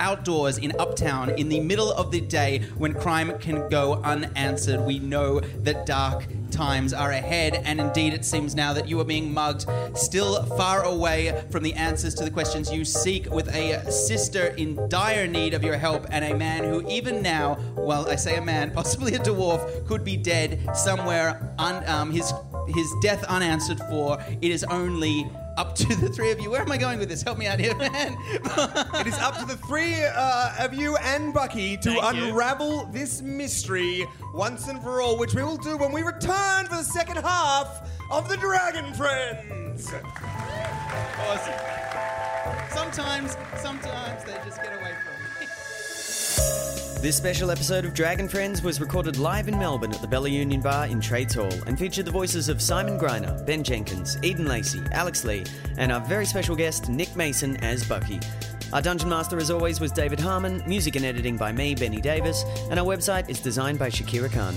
[SPEAKER 2] outdoors, in uptown, in the middle of the day, when crime can go unanswered, we know that dark times are ahead, and indeed it seems now that you are being mugged, still far away from the answers to the questions you seek, with a sister in dire need of your help, and a man who, even now, well, I say a man, [LAUGHS] possibly a dwarf, could be dead somewhere, un- um, his, his death unanswered for. It is only up to the three of you. Where am I going with this? Help me out here, [LAUGHS] man.
[SPEAKER 3] it is up to the three uh, of you and Bucky to unravel this mystery once and for all, which we will do when we return for the second half of the Dragon Friends.
[SPEAKER 2] awesome. Sometimes, sometimes they just get away from it.
[SPEAKER 1] This special episode of Dragon Friends was recorded live in Melbourne at the Bella Union Bar in Trades Hall and featured the voices of Simon Griner, Ben Jenkins, Eden Lacey, Alex Lee, and our very special guest Nick Mason as Bucky.
[SPEAKER 12] Our dungeon master, as always, was David Harmon. Music and editing by me, Benny Davis. And our website is designed by Shakira Khan.